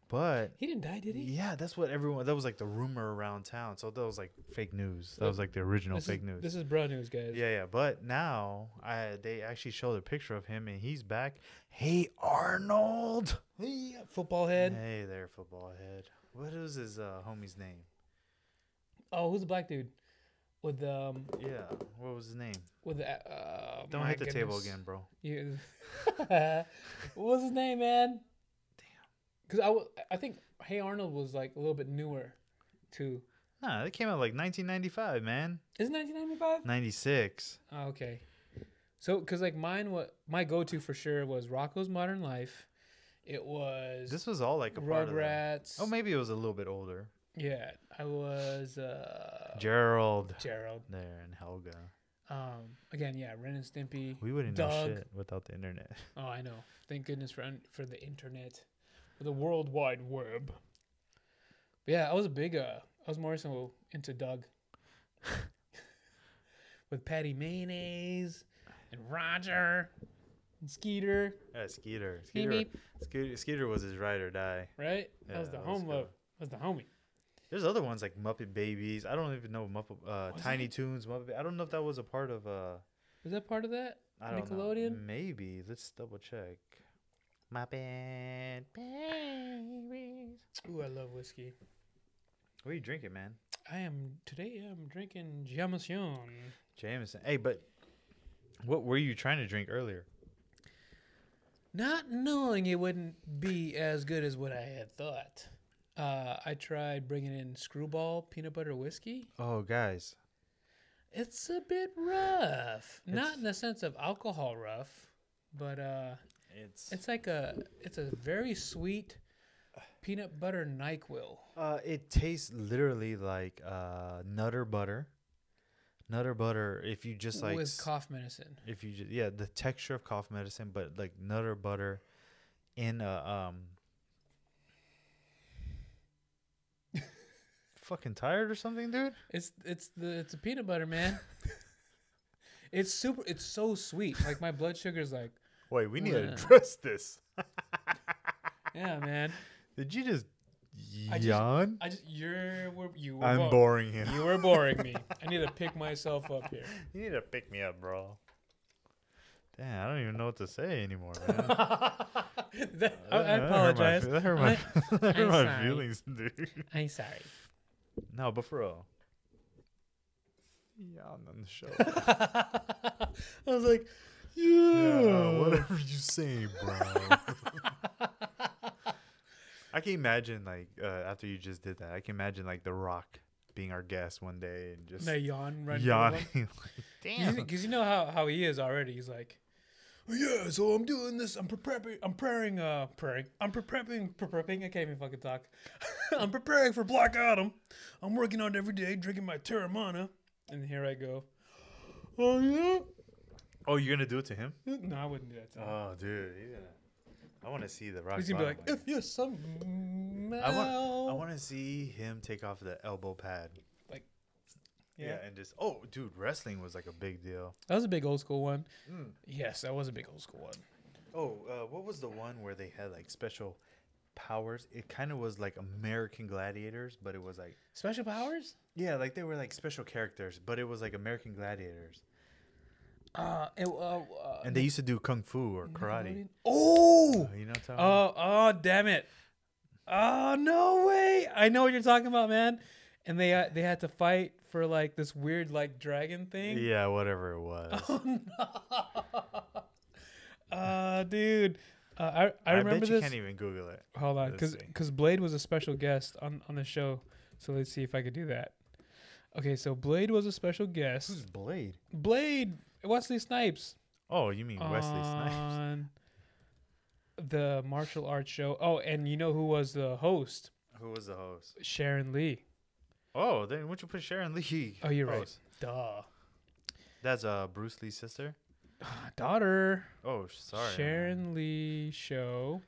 Speaker 1: but
Speaker 2: He didn't die, did he?
Speaker 1: yeah, that's what everyone. That was like the rumor around town. So that was like fake news. That
Speaker 2: Uh,
Speaker 1: was like the original
Speaker 2: this
Speaker 1: fake
Speaker 2: is,
Speaker 1: news.
Speaker 2: This is bro news, guys.
Speaker 1: Yeah, yeah. But now I they actually showed a picture of him and he's back. Hey Arnold.
Speaker 2: Yeah, Football head.
Speaker 1: Hey there, football head. What is his uh, homie's name?
Speaker 2: Oh, who's the black dude with the um,
Speaker 1: Yeah, what was his name?
Speaker 2: with the uh,
Speaker 1: Don't
Speaker 2: my
Speaker 1: hit the table
Speaker 2: goodness.
Speaker 1: again, bro.
Speaker 2: You, what was his name, man? Damn. Because I, wa- I think Hey Arnold was like a little bit newer, too.
Speaker 1: Nah, that came out like 1995, man.
Speaker 2: Isn't 1995?
Speaker 1: 96.
Speaker 2: Oh, okay. So, because like mine, what my go-to for sure was Rocco's Modern Life. It was
Speaker 1: This was all like a part of that.
Speaker 2: Rugrats.
Speaker 1: Oh, maybe it was a little bit older.
Speaker 2: Yeah, I was uh,
Speaker 1: Gerald.
Speaker 2: Gerald.
Speaker 1: There and Helga.
Speaker 2: Um, again, yeah, Ren and Stimpy.
Speaker 1: We wouldn't know
Speaker 2: Doug.
Speaker 1: shit without the internet.
Speaker 2: Oh, I know. Thank goodness for un- for the internet, for the World Wide Web. But yeah, I was a big. Uh, I was more so into Doug, with Patty Mayonnaise and Roger and Skeeter,
Speaker 1: Yeah, Skeeter.
Speaker 2: Beep,
Speaker 1: Skeeter, Skeeter. Skeeter was his ride or die.
Speaker 2: right? that was
Speaker 1: Yeah,
Speaker 2: the
Speaker 1: that was
Speaker 2: home
Speaker 1: good.
Speaker 2: of. That was the homie.
Speaker 1: There's other ones like Muppet Babies. I don't even know Muppet uh,
Speaker 2: Was
Speaker 1: Tiny
Speaker 2: it?
Speaker 1: Toons. Muppet. Ba- I don't know if that was a part of. Uh,
Speaker 2: Was that part of that?
Speaker 1: I don't know.
Speaker 2: Nickelodeon?
Speaker 1: Maybe. Let's double check. Muppet Babies.
Speaker 2: Ooh, I love whiskey.
Speaker 1: What are you drinking, man?
Speaker 2: I am today. I'm drinking Jameson.
Speaker 1: Jameson. Hey, but what were you trying to drink earlier?
Speaker 2: Not knowing it wouldn't be as good as what I had thought, uh, I tried bringing in Screwball peanut butter whiskey.
Speaker 1: Oh, guys.
Speaker 2: It's a bit rough, not
Speaker 1: It's-
Speaker 2: in the sense of alcohol rough, but uh,
Speaker 1: It's
Speaker 2: it's like a it's a very sweet peanut butter Nyquil.
Speaker 1: uh, it tastes literally like uh, nutter butter. Nutter butter. If you just like
Speaker 2: with
Speaker 1: s-
Speaker 2: cough medicine.
Speaker 1: if you just yeah the texture of cough medicine but like nutter butter in a um fucking tired or something dude
Speaker 2: It's it's the it's a peanut butter man. it's super. It's so sweet. Like my blood sugar's like
Speaker 1: wait we need to
Speaker 2: Yeah.
Speaker 1: address this
Speaker 2: yeah man.
Speaker 1: did you just
Speaker 2: I just-
Speaker 1: yawn
Speaker 2: I just you're were- you were
Speaker 1: i'm
Speaker 2: bo-
Speaker 1: boring him
Speaker 2: You were boring me. I need to pick myself up here.
Speaker 1: you need to pick me up bro Damn, I don't even know what to say anymore, man.
Speaker 2: That- I, I
Speaker 1: That hurt my
Speaker 2: apologize.
Speaker 1: fe- That hurt my, that hurt
Speaker 2: I'm
Speaker 1: my
Speaker 2: sorry.
Speaker 1: feelings, dude.
Speaker 2: I'm sorry.
Speaker 1: No, but for real. Yawn on the show.
Speaker 2: I was like,
Speaker 1: Yeah,
Speaker 2: yeah.
Speaker 1: whatever you say, bro. I can imagine like uh, after you just did that, I can imagine like The Rock being our guest one day and just
Speaker 2: And I yawn right
Speaker 1: yawning. Damn.
Speaker 2: Because you know how, how he is already. He's like, "Oh, yeah, so I'm doing this. I'm preparing. I'm preparing. Uh, preparing. I'm preparing. Preparing. I can't even fucking talk. I'm preparing for Black Adam. I'm working on it every day, drinking my Terramana. And here I go. Oh yeah.
Speaker 1: Oh, you're gonna do it to him?
Speaker 2: No, I wouldn't do that. To him.
Speaker 1: Oh, dude, he's gonna. I want to see The Rock.
Speaker 2: He's gonna be like,
Speaker 1: bottom
Speaker 2: if you some
Speaker 1: I want. I want to see him take off the elbow pad. Yeah.
Speaker 2: yeah.
Speaker 1: and just oh, dude, wrestling was like a big deal.
Speaker 2: That was a big old school one. Yes, that was a big old school one.
Speaker 1: Oh, uh, what was the one where they had like special powers? It kind of was like American Gladiators, but it was like
Speaker 2: Special powers?
Speaker 1: Yeah, like they were like special characters, but it was like American Gladiators.
Speaker 2: Uh, and, uh, uh,
Speaker 1: And they used to do kung fu or karate.
Speaker 2: Oh,
Speaker 1: You know what I'm talking about?
Speaker 2: oh, oh, damn it! Oh no way! I know what you're talking about, man. And they uh, they had to fight for like this weird like dragon thing.
Speaker 1: Yeah, whatever it was.
Speaker 2: Oh no! Uh, dude, uh, I I
Speaker 1: I,
Speaker 2: remember
Speaker 1: bet you
Speaker 2: this.
Speaker 1: can't even Google it.
Speaker 2: Hold on,
Speaker 1: Let's
Speaker 2: because
Speaker 1: see.
Speaker 2: Blade was a special guest on on the show, so let's see if I could do that. Okay, so Blade was a special
Speaker 1: Hmm.
Speaker 2: guest.
Speaker 1: Blade?
Speaker 2: Blade Wesley Snipes
Speaker 1: Oh, you mean Wesley
Speaker 2: Uh,
Speaker 1: Snipes?
Speaker 2: on the martial arts show. Oh, and you know who was the host?
Speaker 1: Who was the host?
Speaker 2: Sharon Lee.
Speaker 1: Oh, then why don't you put Sharon Lee?
Speaker 2: Oh, you're right.
Speaker 1: host?
Speaker 2: Duh.
Speaker 1: That's uh Bruce Lee's sister.
Speaker 2: Daughter.
Speaker 1: Oh, sorry.
Speaker 2: Sharon Lee show.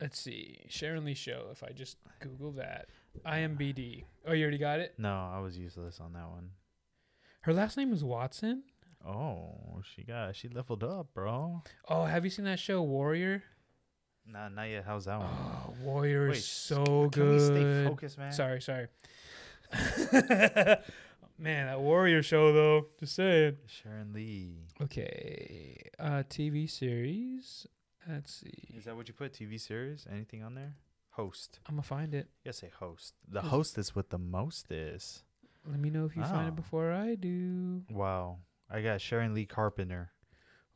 Speaker 2: Let's see. Sharon Lee show. If I just Google that, IMBD. Oh, you already got it.
Speaker 1: No, I was useless on that one.
Speaker 2: Her last name is Watson.
Speaker 1: Oh, she got she leveled up, bro.
Speaker 2: Oh, have you seen that show Warrior?
Speaker 1: Nah, not yet. How's that one?
Speaker 2: Oh, Warrior
Speaker 1: Wait,
Speaker 2: is
Speaker 1: s-
Speaker 2: so
Speaker 1: Can we stay
Speaker 2: Oh, good.
Speaker 1: focused, man?
Speaker 2: Sorry, sorry. Man, that Warrior show though. Just saying.
Speaker 1: Sharon Lee.
Speaker 2: Okay, uh, TV series. Let's see.
Speaker 1: Is that what you put? TV series? Anything on there? Host.
Speaker 2: I'm gonna find it.
Speaker 1: You gotta say host. The
Speaker 2: Is-
Speaker 1: hostess with the most is.
Speaker 2: Let me know if you find
Speaker 1: Oh.
Speaker 2: it before I do.
Speaker 1: Wow. I got Sharon Lee Carpenter.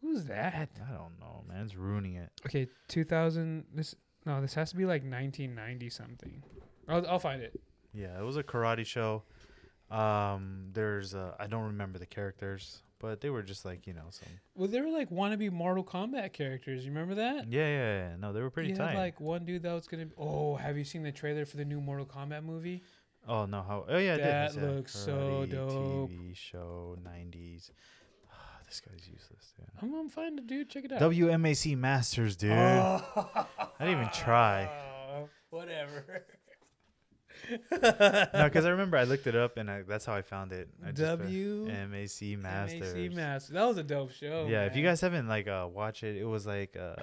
Speaker 2: Who's that?
Speaker 1: I don't know, man. It's ruining it.
Speaker 2: Okay, 2000. This no, this has to be like 1990 something. I'll, I'll find it.
Speaker 1: Yeah, it was a karate show. Um, there's uh, I don't remember the characters, but they were just like you know some.
Speaker 2: Well, they were like wannabe Mortal Kombat characters. You remember that?
Speaker 1: Yeah, yeah, yeah. No, they were pretty
Speaker 2: you
Speaker 1: tight.
Speaker 2: had like one dude that was gonna. Be, oh, have you seen the trailer for the new Mortal Kombat movie?
Speaker 1: oh no, how? Oh yeah, I did.
Speaker 2: That
Speaker 1: It's, yeah,
Speaker 2: looks so
Speaker 1: karate
Speaker 2: dope.
Speaker 1: TV show '90s. this guy's useless, dude.
Speaker 2: I'm gonna find it, dude. Check it out.
Speaker 1: WMAC Masters, dude. I didn't even try.
Speaker 2: Oh, whatever.
Speaker 1: No, because I remember I looked it up and I, that's how I found it. I just put
Speaker 2: W
Speaker 1: MAC Masters.
Speaker 2: MAC Masters. That was a dope show.
Speaker 1: yeah, if you
Speaker 2: oh, man.
Speaker 1: guys haven't like uh watch it, it was like uh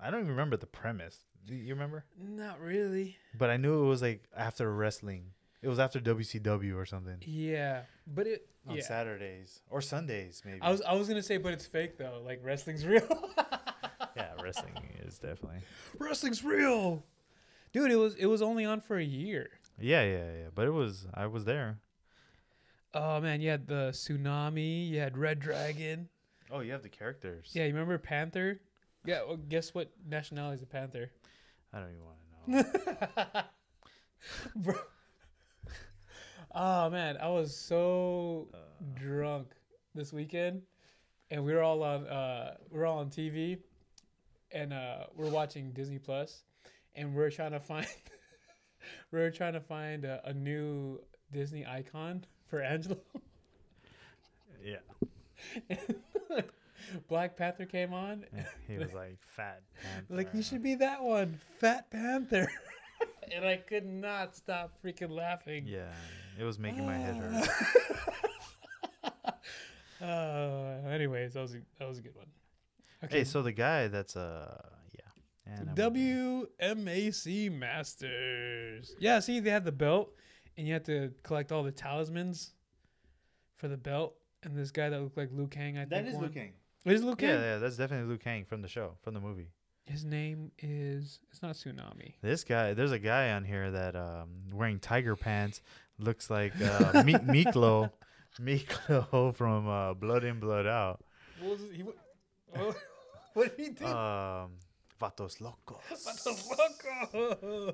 Speaker 1: I don't even remember the premise. Do you remember?
Speaker 2: Not really.
Speaker 1: But I knew it was like after wrestling. It was after WCW or something
Speaker 2: Yeah, but it.
Speaker 1: on
Speaker 2: yeah.
Speaker 1: Saturdays or Sundays maybe.
Speaker 2: I was I was gonna say, but it's fake though. Like wrestling's real.
Speaker 1: yeah, wrestling is definitely.
Speaker 2: wrestling's real, dude. It was it was only on for a year.
Speaker 1: Yeah, yeah, yeah. But it was I was there.
Speaker 2: Oh man, you had the tsunami. You had Red Dragon.
Speaker 1: Oh, you have the characters.
Speaker 2: Yeah, you remember Panther? Yeah. Well, guess what nationality is the Panther?
Speaker 1: I don't even want to know.
Speaker 2: Bro. Oh man, I was so drunk this weekend, and we were all on uh, we we're all on TV, and uh, we're watching Disney Plus, and we're trying to find we we're trying to find a, a new Disney icon for Angelo.
Speaker 1: yeah.
Speaker 2: Black Panther came on,
Speaker 1: He was like fat. Panther.
Speaker 2: like you should be that one, Fat Panther, and I could not stop freaking laughing.
Speaker 1: Yeah. It was making my head hurt.
Speaker 2: Uh, anyways, that was a, that was a good one.
Speaker 1: Hey, so the guy that's uh yeah. And I'm-
Speaker 2: WMAC Masters. Yeah, see, they had the belt, and you had to collect all the talismans for the belt. And this guy that looked like Liu Kang, I think. won.
Speaker 1: Kang.
Speaker 2: It is Liu Kang.
Speaker 1: Yeah, yeah, that's definitely Luke Kang from the show, from the movie.
Speaker 2: His name is. It's not Tsunami.
Speaker 1: This guy, there's a guy on here that um wearing tiger pants looks like uh, Me- Miklo, Miklo from uh, Blood in Blood Out.
Speaker 2: What was he? What, what did he do?
Speaker 1: Um, Vatos Locos.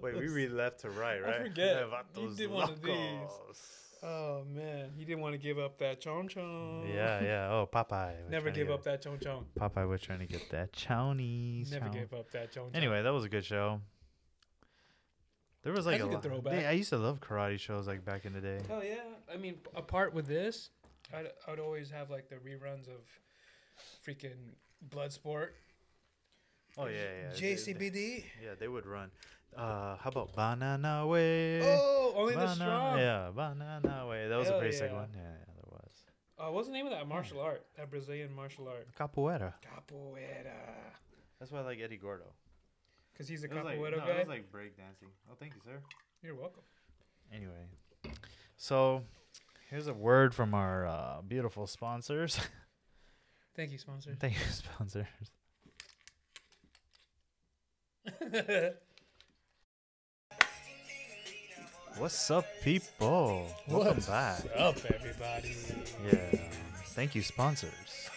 Speaker 1: Wait, we read left to right, right?
Speaker 2: forget.
Speaker 1: Yeah,
Speaker 2: You
Speaker 1: Vatos
Speaker 2: did one of these.
Speaker 1: Locos.
Speaker 2: Oh man, he didn't want to give up that chon chon.
Speaker 1: Yeah, yeah. Oh, Popeye. We're
Speaker 2: Never
Speaker 1: trying to
Speaker 2: give
Speaker 1: get-
Speaker 2: up that chon chon.
Speaker 1: Popeye, we're trying to get that Chownies.
Speaker 2: Never give up that chon chon.
Speaker 1: Anyway, that was a good show. There was like
Speaker 2: That's a good
Speaker 1: lot-
Speaker 2: throwback.
Speaker 1: Hey, I used to love karate shows like back in the day.
Speaker 2: Hell Oh, yeah! I mean, p- apart with this, I'd, I'd always have like the reruns of freaking Bloodsport.
Speaker 1: Oh yeah, yeah. they-
Speaker 2: JCBD.
Speaker 1: they- yeah, they would run. Uh, how about Banana Way?
Speaker 2: Oh, only
Speaker 1: banana,
Speaker 2: the strong.
Speaker 1: Yeah, Banana Way. That was a
Speaker 2: Hell
Speaker 1: pretty sick
Speaker 2: yeah.
Speaker 1: one. Yeah, yeah, that was.
Speaker 2: Uh, what's the name of
Speaker 1: Hmm.
Speaker 2: that martial art? That Brazilian martial art.
Speaker 1: Capoeira.
Speaker 2: Capoeira.
Speaker 1: That's why I like Eddie Gordo.
Speaker 2: Cause he's a
Speaker 1: It was like,
Speaker 2: capoeira
Speaker 1: no,
Speaker 2: guy.
Speaker 1: it was like breakdancing. Oh, thank you, sir.
Speaker 2: You're welcome.
Speaker 1: Anyway, so Here's a word from our uh, beautiful sponsors.
Speaker 2: Thank you, sponsor.
Speaker 1: Thank you, sponsors. What's up, people? Welcome back.
Speaker 2: up, everybody?
Speaker 1: Yeah. Thank you, sponsors.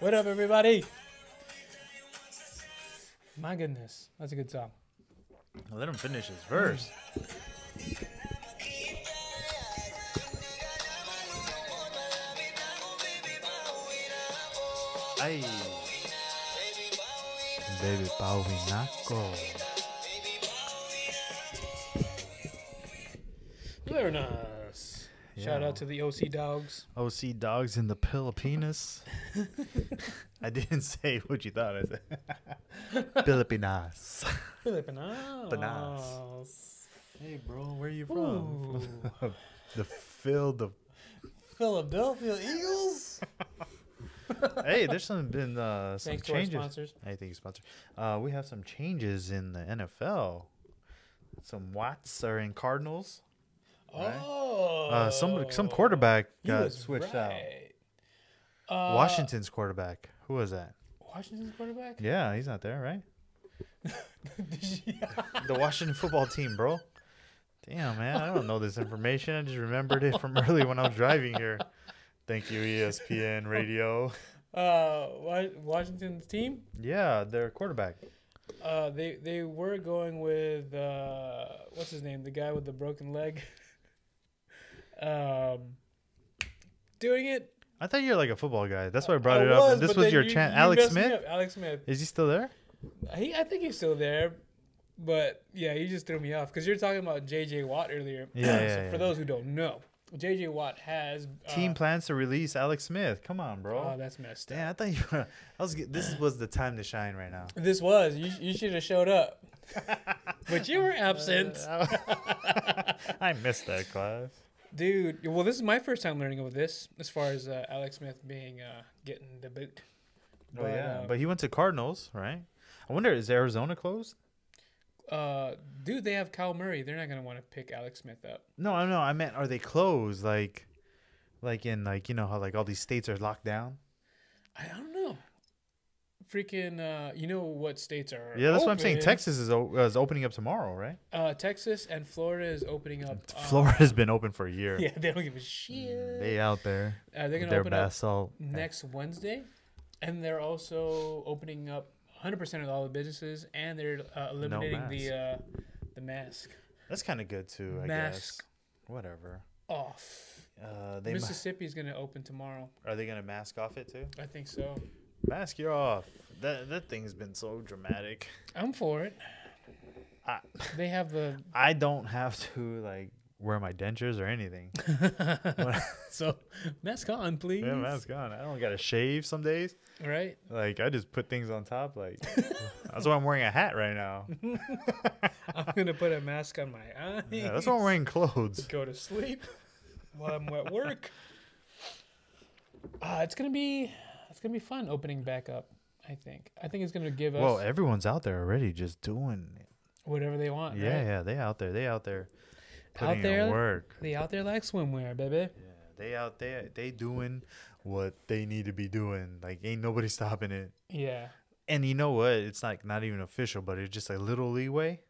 Speaker 2: What up, everybody? My goodness, that's a good song.
Speaker 1: Let him finish his verse. Ay. Baby Bowie Knuckle.
Speaker 2: Very nice. Shout
Speaker 1: Yeah.
Speaker 2: out to the OC dogs.
Speaker 1: OC Oh, dogs in the Pilipinas. I didn't say what you thought I said. Pilipinas.
Speaker 2: Filipinos.
Speaker 1: Bananas. Hey, bro, where you
Speaker 2: Ooh.
Speaker 1: the field of.
Speaker 2: Philadelphia Eagles.
Speaker 1: Hey, there's some been uh, some
Speaker 2: Thanks to our
Speaker 1: changes.
Speaker 2: sponsors.
Speaker 1: Hey, thank you, sponsor. Uh, we have some changes in the NFL. Some Watts are in Cardinals. Right.
Speaker 2: Oh.
Speaker 1: Uh, some some quarterback
Speaker 2: You
Speaker 1: got
Speaker 2: was
Speaker 1: switched
Speaker 2: right. Uh,
Speaker 1: out. Washington's quarterback. Who was that?
Speaker 2: Washington's quarterback?
Speaker 1: Yeah, he's not there, right?
Speaker 2: Yeah.
Speaker 1: the Washington football team, bro. Damn, man, I don't know this information. I just remembered it from early when I was driving here. Thank you, E ESPN Radio.
Speaker 2: uh, Wa- Washington's team?
Speaker 1: Yeah, their quarterback.
Speaker 2: Uh, they they were going with uh, what's his name? The guy with the broken leg. um, doing it.
Speaker 1: I thought you were like a football guy. That's why I brought
Speaker 2: I
Speaker 1: it up.
Speaker 2: was,
Speaker 1: and this
Speaker 2: but
Speaker 1: was
Speaker 2: then
Speaker 1: your
Speaker 2: you-
Speaker 1: chance.
Speaker 2: you
Speaker 1: Alex
Speaker 2: messed me
Speaker 1: Smith?
Speaker 2: up. Alex Smith.
Speaker 1: Is he still there?
Speaker 2: He, I think he's still there, but yeah, he just threw me off because you're talking about J.J. Watt earlier.
Speaker 1: Yeah,
Speaker 2: so
Speaker 1: yeah,
Speaker 2: for
Speaker 1: yeah.
Speaker 2: those who don't know, J.J. Watt has uh,
Speaker 1: Team plans to release Alex Smith. Come on, bro.
Speaker 2: Oh, that's messed
Speaker 1: Damn,
Speaker 2: up.
Speaker 1: I thought you were. I was. get- This was the time to shine right now.
Speaker 2: This was you. You should have showed up, but you were absent,
Speaker 1: I missed that class.
Speaker 2: dude. Well, this is my first time learning of this, as far as uh, Alex Smith being uh, getting the boot.
Speaker 1: Oh yeah,
Speaker 2: um,
Speaker 1: but he went to Cardinals, right? I wonder is Arizona closed?
Speaker 2: uh, dude, they have Kyle Murray. They're not gonna want to pick Alex Smith up.
Speaker 1: No, I know. I meant are they closed? Like, like in like you know how like all these states are locked down.
Speaker 2: I don't know. Freaking, uh, you know what states are?
Speaker 1: Yeah, that's what I'm saying.
Speaker 2: open.
Speaker 1: Texas is o- is opening up tomorrow, right?
Speaker 2: Uh, Texas and Florida is opening up. uh,
Speaker 1: Florida's been open for a year.
Speaker 2: Yeah, they don't give a shit.
Speaker 1: They out there.
Speaker 2: Uh, they're
Speaker 1: with
Speaker 2: gonna
Speaker 1: Their
Speaker 2: open up
Speaker 1: basalt.
Speaker 2: next Wednesday, and they're also opening up 100% of all the businesses, and they're uh, eliminating the uh, the mask
Speaker 1: That's kind of good too. I guess.
Speaker 2: Mask.
Speaker 1: Whatever.
Speaker 2: off.
Speaker 1: Uh, they ma-
Speaker 2: Mississippi's gonna open tomorrow.
Speaker 1: are they gonna mask off it too?
Speaker 2: I think so.
Speaker 1: Mask you off. That that thing's been so dramatic.
Speaker 2: I'm for it.
Speaker 1: I
Speaker 2: They have the
Speaker 1: I don't have to like wear my dentures or anything.
Speaker 2: so mask on, please.
Speaker 1: yeah, mask on. I don't gotta shave some days.
Speaker 2: Right?
Speaker 1: Like I just put things on top. Like that's why I'm wearing a hat right now.
Speaker 2: I'm gonna put a mask on my eyes.
Speaker 1: Yeah, that's why I'm wearing clothes.
Speaker 2: Go to sleep while I'm at work. Uh, it's gonna be it's gonna be fun opening back up. I think. I think it's gonna give us
Speaker 1: Well, eh, everyone's out there already, just doing. It.
Speaker 2: whatever they want.
Speaker 1: Yeah,
Speaker 2: right?
Speaker 1: yeah, they out there. They out there.
Speaker 2: Out
Speaker 1: Putting in
Speaker 2: there?
Speaker 1: work.
Speaker 2: They out there like swimwear, baby.
Speaker 1: Yeah, they out there. They doing what they need to be doing. Like ain't nobody stopping it.
Speaker 2: Yeah.
Speaker 1: And you know what? It's like not even official, but it's just a little leeway.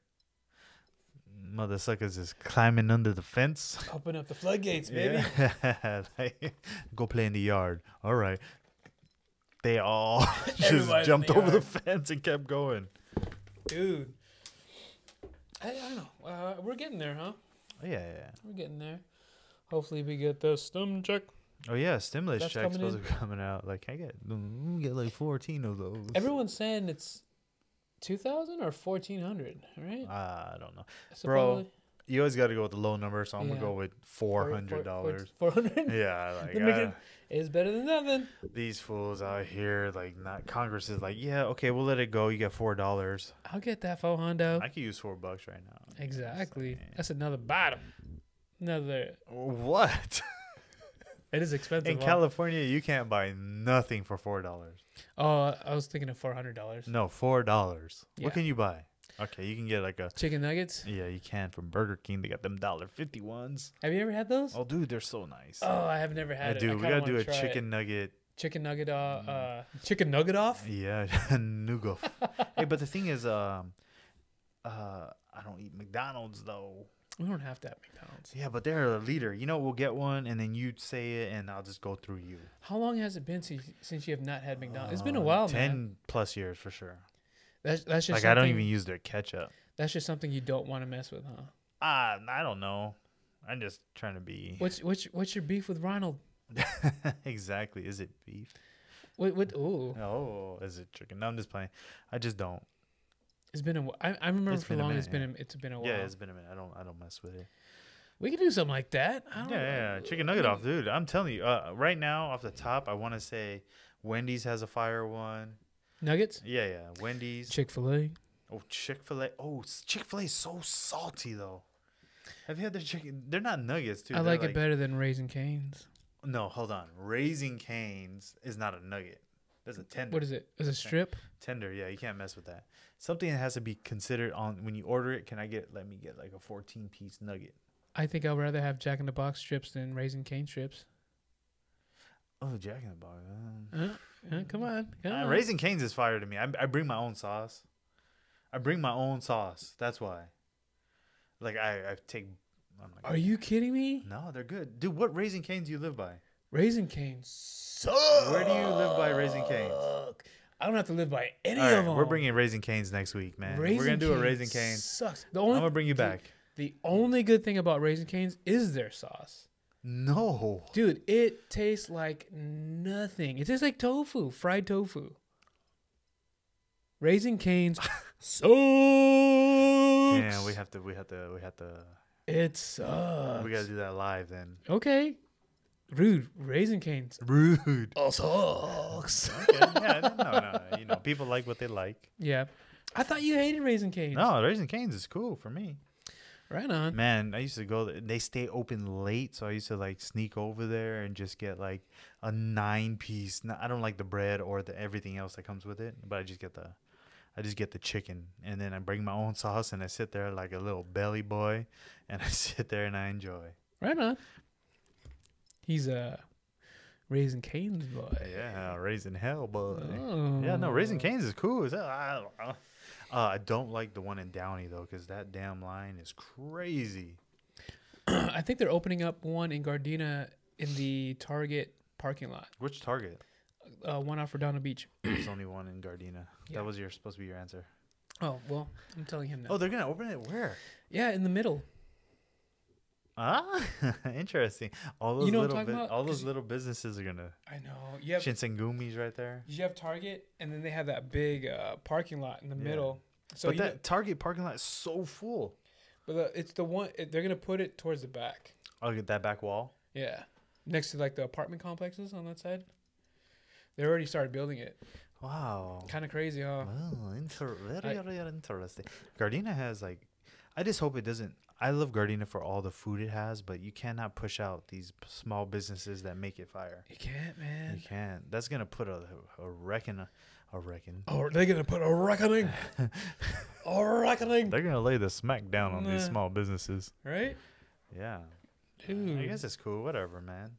Speaker 1: Mother suckers is climbing under the fence.
Speaker 2: Open up the floodgates, baby.
Speaker 1: Yeah. Like, go play in the yard. All right. They all just
Speaker 2: Everybody's in
Speaker 1: jumped
Speaker 2: the
Speaker 1: over the
Speaker 2: yard.
Speaker 1: fence and kept going.
Speaker 2: Dude. I, I don't know. Uh, we're getting there, huh?
Speaker 1: Oh, yeah, yeah, yeah.
Speaker 2: We're getting there. Hopefully we get the stem check.
Speaker 1: Oh yeah, stimulus
Speaker 2: That's
Speaker 1: checks
Speaker 2: coming
Speaker 1: supposed
Speaker 2: in.
Speaker 1: to be coming out. Like I get, mm, get like fourteen of those.
Speaker 2: Everyone's saying it's 2000 or 1400, right?
Speaker 1: I don't know.
Speaker 2: It's
Speaker 1: Bro,
Speaker 2: probably-
Speaker 1: you always got to go with the low number, so I'm gonna
Speaker 2: Yeah.
Speaker 1: go with
Speaker 2: four-
Speaker 1: four
Speaker 2: four-
Speaker 1: hundred dollars.
Speaker 2: four- 400
Speaker 1: Yeah, like
Speaker 2: Then we
Speaker 1: I-
Speaker 2: can- is better than nothing.
Speaker 1: these fools out here, like not Congress is like, yeah, okay, we'll let it go. You get four dollars.
Speaker 2: I'll get that for Hondo.
Speaker 1: I could use four bucks right now.
Speaker 2: Exactly. That's another bottom. Another.
Speaker 1: What?
Speaker 2: It is expensive.
Speaker 1: In California, you can't buy nothing for four dollars.
Speaker 2: oh, I was thinking of four hundred dollars.
Speaker 1: No, four dollars.
Speaker 2: Yeah.
Speaker 1: What can you buy? Okay, you can get like a
Speaker 2: Chicken nuggets.
Speaker 1: yeah, you can from Burger King. They got them dollar fifty ones.
Speaker 2: Have you ever had those? Oh,
Speaker 1: Oh, dude, they're so nice.
Speaker 2: Uh, I have never had
Speaker 1: I
Speaker 2: it.
Speaker 1: do. we
Speaker 2: kinda
Speaker 1: gotta do
Speaker 2: wanna
Speaker 1: a
Speaker 2: try it.
Speaker 1: chicken nugget.
Speaker 2: chicken nugget. Uh, uh, chicken nugget off.
Speaker 1: Yeah, nougat. hey, but the thing is, um, uh, I don't eat McDonald's though.
Speaker 2: We don't have to have McDonald's.
Speaker 1: Yeah, but they're a leader. You know, we'll get one, and then you say it, and I'll just go through you.
Speaker 2: How long has it been since since you have not had McDonald's? It's been a
Speaker 1: Uh,
Speaker 2: while,
Speaker 1: Ten
Speaker 2: man.
Speaker 1: plus years for sure.
Speaker 2: That's that's just
Speaker 1: like I don't
Speaker 2: something-
Speaker 1: even use their ketchup.
Speaker 2: That's just something you don't want to mess with, huh?
Speaker 1: Ah, I don't know. I'm just trying to be
Speaker 2: What's what's what's your beef with Ronald?
Speaker 1: exactly. Is it beef?
Speaker 2: What what? Ooh,
Speaker 1: Oh, is it chicken? No, I'm just playing. I just don't.
Speaker 2: it's been a. wh- I, I remember
Speaker 1: It's
Speaker 2: for
Speaker 1: been a
Speaker 2: long it's been
Speaker 1: minute,
Speaker 2: a, it's been a while.
Speaker 1: Yeah, it's been a minute. I don't. I don't mess with it.
Speaker 2: we could do something like that. I
Speaker 1: Yeah,
Speaker 2: don't
Speaker 1: yeah, yeah. chicken nugget off, dude. I'm telling you, uh, right now off the top, I want to say Wendy's has a fire one.
Speaker 2: Nuggets,
Speaker 1: Yeah, yeah, Wendy's.
Speaker 2: Chick Fil A.
Speaker 1: oh, Chick Fil A. Oh, Chick Fil A is so salty though. Have you had their chicken? They're not nuggets, too.
Speaker 2: I
Speaker 1: They're
Speaker 2: like it better than Raising Canes.
Speaker 1: No, hold on. Raising Cane's is not a nugget. That's a tender.
Speaker 2: What is it? Is it strip?
Speaker 1: Tender, yeah, you can't mess with that. Something that has to be considered on when you order it. Can I get? Let me get like a fourteen piece nugget.
Speaker 2: I think I'd rather have Jack in the Box strips than Raising Cane strips.
Speaker 1: Oh, Jack in the Box. um,
Speaker 2: Uh, uh, come on, come
Speaker 1: Uh,
Speaker 2: on.
Speaker 1: Raising Cane's is fire to me. I, I bring my own sauce. I bring my own sauce. That's why. Like I, I take. I'm like,
Speaker 2: Are you kidding me?
Speaker 1: No, they're good, dude. What Raising Cane's do you live by?
Speaker 2: Raising Canes.
Speaker 1: Where do you live by Raising Cane's?
Speaker 2: Suck. I don't have to live by any
Speaker 1: All
Speaker 2: of
Speaker 1: right,
Speaker 2: them.
Speaker 1: we're bringing Raising Cane's next week, man. we're gonna do a Raising Cane's.
Speaker 2: Sucks. The
Speaker 1: I'm
Speaker 2: only
Speaker 1: gonna bring you
Speaker 2: the-
Speaker 1: back.
Speaker 2: The only good thing about Raising Canes is their sauce.
Speaker 1: No.
Speaker 2: Dude, it tastes like nothing. It tastes like tofu, fried tofu. Raising Canes sucks.
Speaker 1: Damn, we have to. We have to. We have to.
Speaker 2: it sucks.
Speaker 1: We gotta do that live then.
Speaker 2: okay. Rude. Raising Canes
Speaker 1: Rude.
Speaker 2: sucks.
Speaker 1: yeah, no, no, no. You know, people like what they like.
Speaker 2: yeah. I thought you hated Raising Canes.
Speaker 1: No, Raising Cane's is cool for me.
Speaker 2: Right on.
Speaker 1: Man, I used to go. th- They stay open late, so I used to like sneak over there and just get like a nine piece. n- I don't like the bread or the everything else that comes with it, but I just get the, I just get the chicken, and then I bring my own sauce, and I sit there like a little belly boy, and I sit there and I enjoy.
Speaker 2: Right on. He's a Raising Canes boy.
Speaker 1: Yeah, raising hell, boy.
Speaker 2: Oh.
Speaker 1: Yeah, no, raising canes is cool. Is that, I, don't know. uh, I don't like the one in Downey though, because that damn line is crazy.
Speaker 2: I think they're opening up one in Gardena in the Target parking lot.
Speaker 1: Which Target?
Speaker 2: Uh, one off Redondo Beach.
Speaker 1: There's only one in Gardena.
Speaker 2: Yeah.
Speaker 1: That was your supposed to be your answer.
Speaker 2: Oh well, I'm telling him now.
Speaker 1: Oh, they're gonna open it where?
Speaker 2: yeah, in the middle.
Speaker 1: Ah, interesting. All those
Speaker 2: You know what I'm
Speaker 1: little
Speaker 2: talking
Speaker 1: bu-
Speaker 2: about?
Speaker 1: all those
Speaker 2: 'Cause-
Speaker 1: little businesses are gonna
Speaker 2: I know. You have
Speaker 1: Shinsengumi's right there.
Speaker 2: you have Target, and then they have that big uh, parking lot in the
Speaker 1: Yeah.
Speaker 2: middle. So
Speaker 1: but
Speaker 2: you know-
Speaker 1: that Target parking lot is so full.
Speaker 2: but the, it's the one it, they're gonna put it towards the back.
Speaker 1: I'll get Oh, that back wall.
Speaker 2: Yeah, next to like the apartment complexes on that side. They already started building it.
Speaker 1: Wow.
Speaker 2: Kind of crazy, huh?
Speaker 1: Oh, inter- very,
Speaker 2: I-
Speaker 1: very interesting. Gardena has like, I just hope it doesn't. I love Gardena for all the food it has, but you cannot push out these p- small businesses that make it fire.
Speaker 2: You can't,
Speaker 1: You
Speaker 2: man.
Speaker 1: can't. That's gonna put a a reckon, a reckon.
Speaker 2: Oh, they're gonna put a reckoning. a reckoning,
Speaker 1: They're gonna lay the smack down on these
Speaker 2: Nah.
Speaker 1: small businesses.
Speaker 2: right?
Speaker 1: Yeah, I
Speaker 2: Dude.
Speaker 1: guess it's cool. Whatever, man.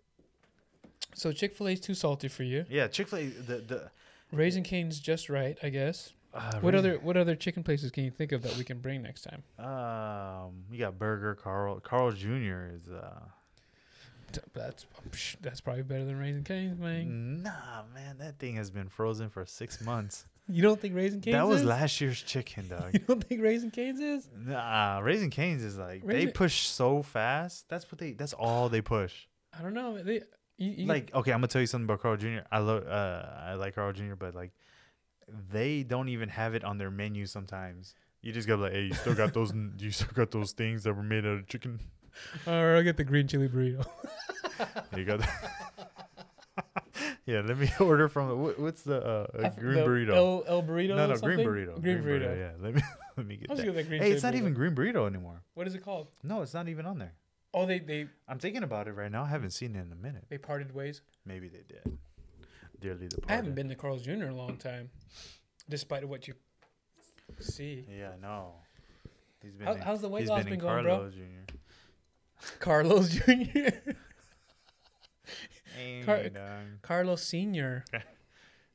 Speaker 2: So Chick Fil A's too salty for you.
Speaker 1: Yeah, Chick Fil A. The the.
Speaker 2: Raising Cane's just right, I guess.
Speaker 1: Uh,
Speaker 2: What
Speaker 1: really-
Speaker 2: other what other chicken places can you think of that we can bring next time?
Speaker 1: Um, you got Burger Carl. Carl Jr. is uh.
Speaker 2: T- That's psh, that's probably better than Raising Cane's, man.
Speaker 1: Mm. Nah, man, that thing has been frozen for six months.
Speaker 2: You don't think Raising Cane's?
Speaker 1: that was
Speaker 2: is?
Speaker 1: last year's chicken, dog.
Speaker 2: You don't think Raising Cane's is?
Speaker 1: nah, Raising Canes is like they
Speaker 2: Raisin-
Speaker 1: push so fast. That's what they. That's all they push.
Speaker 2: I don't know. They, you, you
Speaker 1: Like, okay, I'm gonna tell you something about Carl Jr. I love. Uh, I like Carl Jr. But like, they don't even have it on their menu sometimes. You just gotta be like, hey, you still got those? you still got those things that were made out of chicken?
Speaker 2: or I'll get the green chili burrito.
Speaker 1: You got. yeah, let me order from wha- what's the uh, a green burrito?
Speaker 2: El, El burrito.
Speaker 1: no,
Speaker 2: or
Speaker 1: no, green
Speaker 2: something?
Speaker 1: burrito.
Speaker 2: Green, burrito.
Speaker 1: Yeah, let me let me get
Speaker 2: I'll just
Speaker 1: that.
Speaker 2: get the green
Speaker 1: Hey,
Speaker 2: chili
Speaker 1: it's not
Speaker 2: burrito.
Speaker 1: even green burrito anymore.
Speaker 2: What is it called?
Speaker 1: No, it's not even on there.
Speaker 2: Oh, they they
Speaker 1: I'm thinking about it right now. I haven't seen it in a minute.
Speaker 2: they parted ways.
Speaker 1: Maybe they did. Dearly
Speaker 2: I
Speaker 1: departed.
Speaker 2: haven't been to Carl's Jr. in a long time, despite what you See,
Speaker 1: Yeah, no. He's been
Speaker 2: How-
Speaker 1: in-
Speaker 2: how's the weight
Speaker 1: he's
Speaker 2: loss
Speaker 1: been in
Speaker 2: been going, bro?
Speaker 1: Carlos Jr.
Speaker 2: Carlos Jr.
Speaker 1: Hey,
Speaker 2: Car-
Speaker 1: dog.
Speaker 2: Carlos Senior.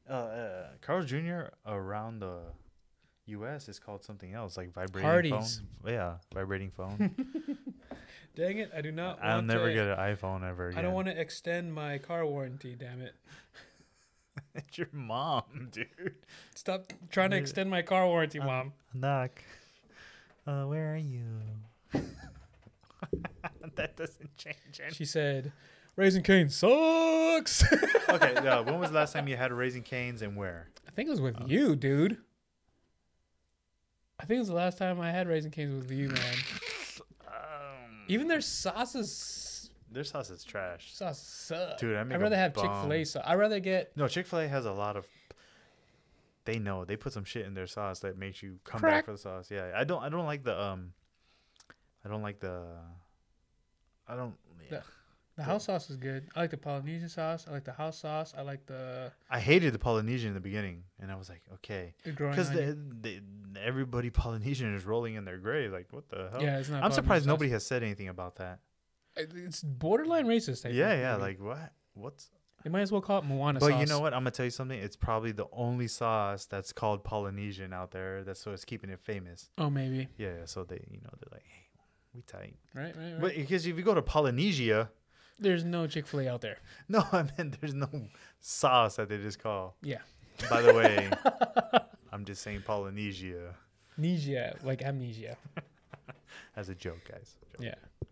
Speaker 1: uh, uh, Carlos Jr. around the U.S. is called something else, like vibrating
Speaker 2: Parties.
Speaker 1: phone. Yeah, vibrating phone.
Speaker 2: Dang it! I do not.
Speaker 1: I'll
Speaker 2: want
Speaker 1: never
Speaker 2: to,
Speaker 1: get an iPhone ever again.
Speaker 2: I don't want to extend my car warranty. Damn it!
Speaker 1: It's your mom, dude.
Speaker 2: Stop trying to
Speaker 1: Yeah.
Speaker 2: extend my car warranty,
Speaker 1: Um,
Speaker 2: mom.
Speaker 1: Knock. Uh, where are you? that doesn't change anything.
Speaker 2: She said, "Raising Cane sucks."
Speaker 1: okay, uh, when was the last time you had Raising Canes and where?
Speaker 2: I think it was with you, dude. I think it was the last time I had Raising Canes with you, man.
Speaker 1: Um,
Speaker 2: Even their sauces,
Speaker 1: their sauce is trash.
Speaker 2: sauce sucks.
Speaker 1: Dude, I make
Speaker 2: I'd
Speaker 1: a
Speaker 2: rather have Chick
Speaker 1: bomb.
Speaker 2: Fil A sauce. I'd rather get
Speaker 1: No, Chick Fil A has a lot of. They know they put some shit in their sauce that makes you come
Speaker 2: Crack.
Speaker 1: back for the sauce. Yeah, I don't. I don't like the um. I don't like the. I don't. Yeah.
Speaker 2: the house sauce is good. I like the Polynesian sauce. I like the house sauce. I like the
Speaker 1: I hated the Polynesian in the beginning, and I was like, okay,
Speaker 2: the growing
Speaker 1: because
Speaker 2: onion.
Speaker 1: everybody Polynesian is rolling in their grave. Like, what the hell?
Speaker 2: yeah, it's not.
Speaker 1: I'm
Speaker 2: Polynesian
Speaker 1: surprised
Speaker 2: sauce.
Speaker 1: nobody has said anything about that.
Speaker 2: It- It's borderline racist. I
Speaker 1: yeah,
Speaker 2: think,
Speaker 1: yeah.
Speaker 2: maybe.
Speaker 1: Like, what? What's?
Speaker 2: they might as well call it Moana
Speaker 1: But
Speaker 2: sauce.
Speaker 1: you know what? I'm gonna tell you something. It's probably the only sauce that's called Polynesian out there. That's so it's keeping it famous.
Speaker 2: Oh, maybe.
Speaker 1: Yeah, yeah, so they, you know, they're like, hey, we tight.
Speaker 2: Right, right, right.
Speaker 1: But because if you go to Polynesia,
Speaker 2: There's no Chick Fil A out there.
Speaker 1: no, I mean, there's no sauce that they just call.
Speaker 2: Yeah,
Speaker 1: By the way, I'm just saying Polynesia
Speaker 2: amnesia, like amnesia.
Speaker 1: as a joke, guys. Joke.
Speaker 2: Yeah.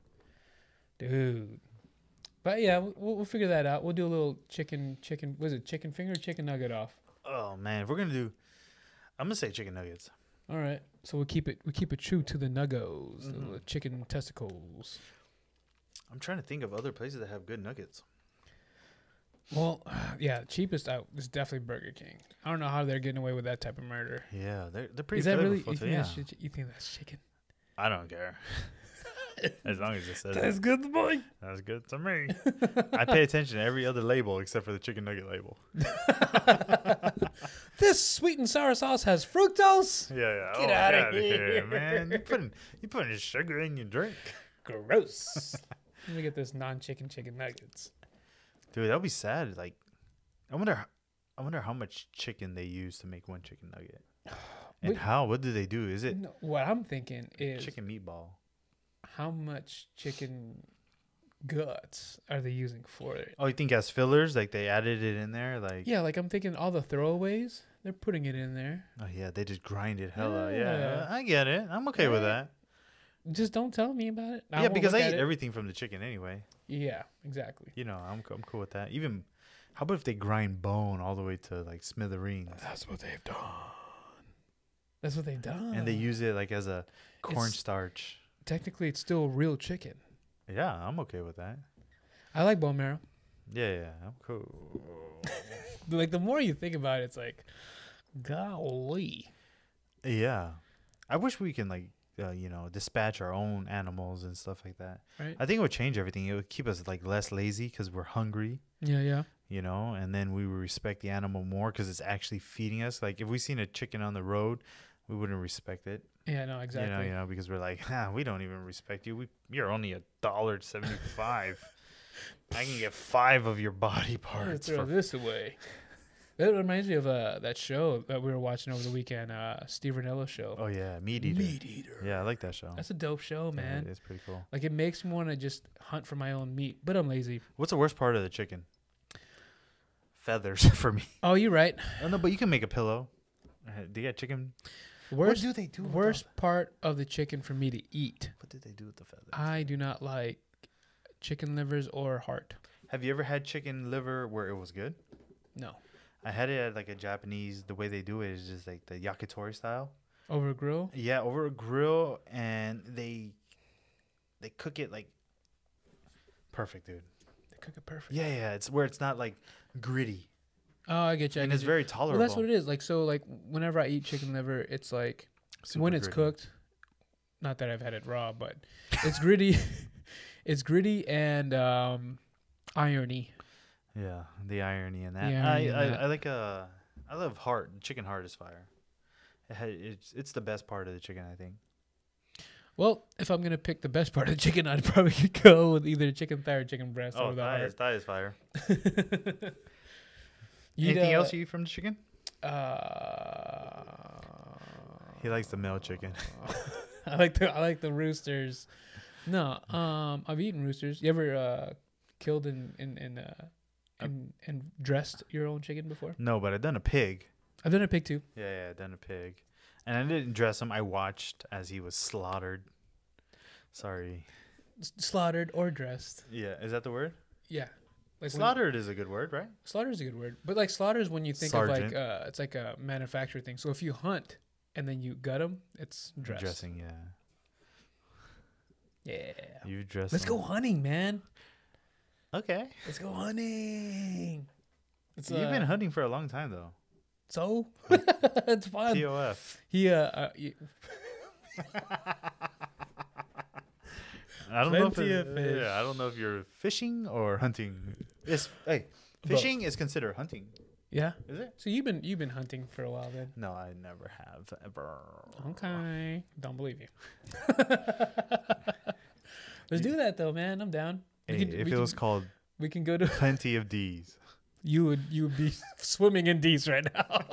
Speaker 2: Dude. But yeah, we'll, we'll figure that out. We'll do a little chicken, chicken, was it chicken finger, or chicken nugget off.
Speaker 1: Oh man, if we're gonna do, I'm gonna say chicken nuggets.
Speaker 2: All right. So we'll keep it, we keep it true to the nuggos, the
Speaker 1: Mm-hmm.
Speaker 2: little chicken testicles.
Speaker 1: I'm trying to think of other places that have good nuggets.
Speaker 2: Well, yeah, cheapest out is definitely Burger King. I don't know how they're getting away with that type of murder.
Speaker 1: Yeah, they're they're pretty.
Speaker 2: is that really, you
Speaker 1: flavorful
Speaker 2: think,
Speaker 1: too, Yeah,
Speaker 2: that's, chi- you think that's chicken?
Speaker 1: I don't care. as long as it says it.
Speaker 2: good, boy.
Speaker 1: That's good to me. I pay attention to every other label except for the chicken nugget label.
Speaker 2: This sweet and sour sauce has fructose.
Speaker 1: Yeah, yeah.
Speaker 2: Get
Speaker 1: oh,
Speaker 2: outta
Speaker 1: outta
Speaker 2: here.
Speaker 1: man. You putting you putting sugar in your drink,
Speaker 2: Gross. Let me get this non-chicken chicken nuggets.
Speaker 1: dude. That'd be sad. Like, I wonder, I wonder how much chicken they use to make one chicken nugget, and
Speaker 2: Wait.
Speaker 1: how. What do they do? Is it
Speaker 2: No, what I'm thinking is
Speaker 1: Uh, chicken meatball?
Speaker 2: how much chicken guts are they using for it?
Speaker 1: Oh, you think as fillers, like they added it in there, like
Speaker 2: Yeah, like I'm thinking all the throwaways, they're putting it in there.
Speaker 1: oh yeah, they just grind it hella. Yeah,
Speaker 2: Yeah.
Speaker 1: I get it. I'm okay with
Speaker 2: Yeah.
Speaker 1: that.
Speaker 2: Just don't tell me about it.
Speaker 1: yeah,
Speaker 2: won't
Speaker 1: because I
Speaker 2: look
Speaker 1: eat
Speaker 2: at it.
Speaker 1: everything from the chicken anyway.
Speaker 2: Yeah, exactly.
Speaker 1: You know, I'm co- I'm cool with that. Even how about if they grind bone all the way to like smithereens?
Speaker 2: That's what they've done. That's what they've done.
Speaker 1: and they use it like as a cornstarch.
Speaker 2: technically it's still real chicken.
Speaker 1: Yeah, I'm okay with that.
Speaker 2: I like bone marrow.
Speaker 1: Yeah, yeah, I'm cool.
Speaker 2: Like the more you think about it, it's like, golly.
Speaker 1: yeah, I wish we can like uh, you know dispatch our own animals and stuff like that.
Speaker 2: Right.
Speaker 1: I think it would change everything. It would keep us like less lazy because we're hungry,
Speaker 2: Yeah, yeah.
Speaker 1: you know, and then we would respect the animal more because it's actually feeding us. Like if we seen a chicken on the road, we wouldn't respect it.
Speaker 2: Yeah, no, exactly.
Speaker 1: You know, you know, because we're like, ah, we don't even respect you. We, you're only a dollar seventy five. I can get five of your body
Speaker 2: I'm gonna
Speaker 1: parts
Speaker 2: throw
Speaker 1: for
Speaker 2: this away. That reminds me of uh, that show that we were watching over the weekend, uh, Steve Renello show.
Speaker 1: Oh yeah, meat eater.
Speaker 2: Eater.
Speaker 1: Yeah, I like that show.
Speaker 2: That's a dope show,
Speaker 1: Yeah,
Speaker 2: man.
Speaker 1: it's pretty cool.
Speaker 2: Like it makes me want to just hunt for my own meat, but I'm lazy.
Speaker 1: What's the worst part of the chicken? Feathers for me.
Speaker 2: Oh, you're right.
Speaker 1: Oh, no, but you can make a pillow. Uh, Do you got chicken?
Speaker 2: Worst
Speaker 1: what do they do? with all
Speaker 2: worst
Speaker 1: the-
Speaker 2: part of the chicken for me to eat.
Speaker 1: what did they do with the feathers?
Speaker 2: I do not like chicken livers or heart.
Speaker 1: Have you ever had chicken liver where it was good?
Speaker 2: No,
Speaker 1: I had it at like a Japanese. The way they do it is just like the yakitori style.
Speaker 2: over grill.
Speaker 1: Yeah, over a grill, and they they cook it like perfect, dude.
Speaker 2: They cook it perfect.
Speaker 1: Yeah, yeah, it's where it's not like gritty,
Speaker 2: Oh, I get you. I
Speaker 1: and
Speaker 2: get
Speaker 1: it's
Speaker 2: you.
Speaker 1: very tolerable.
Speaker 2: Well, that's what it is. Like so, like whenever I eat chicken liver, it's like
Speaker 1: Super
Speaker 2: when it's
Speaker 1: gritty.
Speaker 2: cooked not that i've had it raw but it's gritty it's gritty and um irony
Speaker 1: Yeah, the irony in that.
Speaker 2: irony in
Speaker 1: I, I,
Speaker 2: that.
Speaker 1: I like a. I love heart. Chicken heart is fire. It had, it's it's the best part of the chicken, I think.
Speaker 2: Well, if I'm gonna pick the best part of the chicken, I'd probably go with either chicken thigh or chicken breast.
Speaker 1: oh,
Speaker 2: over the
Speaker 1: that is
Speaker 2: heart.
Speaker 1: that is fire.
Speaker 2: You'd,
Speaker 1: Anything
Speaker 2: uh,
Speaker 1: else you eat from the chicken?
Speaker 2: Uh,
Speaker 1: He likes the male chicken.
Speaker 2: I like the I like the roosters. No, um, I've eaten roosters. You ever uh, killed and and and, uh, and and dressed your own chicken before?
Speaker 1: No, but I done a pig.
Speaker 2: I've done a pig too.
Speaker 1: Yeah, yeah, I done a pig, and I didn't dress him. I watched as he was slaughtered. Sorry.
Speaker 2: S- slaughtered or dressed.
Speaker 1: Yeah, is that the word?
Speaker 2: Yeah, like slaughter.
Speaker 1: Slaughtered is a good word, right?
Speaker 2: Slaughter is a good word, but like slaughter is when you think
Speaker 1: Sergeant.
Speaker 2: of like uh, it's like a manufacturer thing. So if you hunt and then you gut them, it's dressed.
Speaker 1: Dressing, yeah.
Speaker 2: Yeah.
Speaker 1: You dress.
Speaker 2: Let's
Speaker 1: him.
Speaker 2: go hunting, man.
Speaker 1: Oh. Okay.
Speaker 2: Let's go hunting. It's,
Speaker 1: You've been
Speaker 2: uh,
Speaker 1: hunting for a long time though.
Speaker 2: so it's fun.
Speaker 1: TOF.
Speaker 2: He uh, uh y-
Speaker 1: I don't know if
Speaker 2: Plenty
Speaker 1: it-
Speaker 2: of fish.
Speaker 1: yeah, I don't know if you're fishing or hunting. It's, hey,
Speaker 2: Both.
Speaker 1: fishing is considered hunting,
Speaker 2: yeah.
Speaker 1: is it?
Speaker 2: So you've been you've been hunting for a while then.
Speaker 1: No, I never have ever.
Speaker 2: Okay. Don't believe you. Let's do that though, man. I'm down.
Speaker 1: Hey,
Speaker 2: we, can,
Speaker 1: if
Speaker 2: we,
Speaker 1: it
Speaker 2: can,
Speaker 1: was called
Speaker 2: we can go to
Speaker 1: plenty of D's,
Speaker 2: you would you would be swimming in D's right now.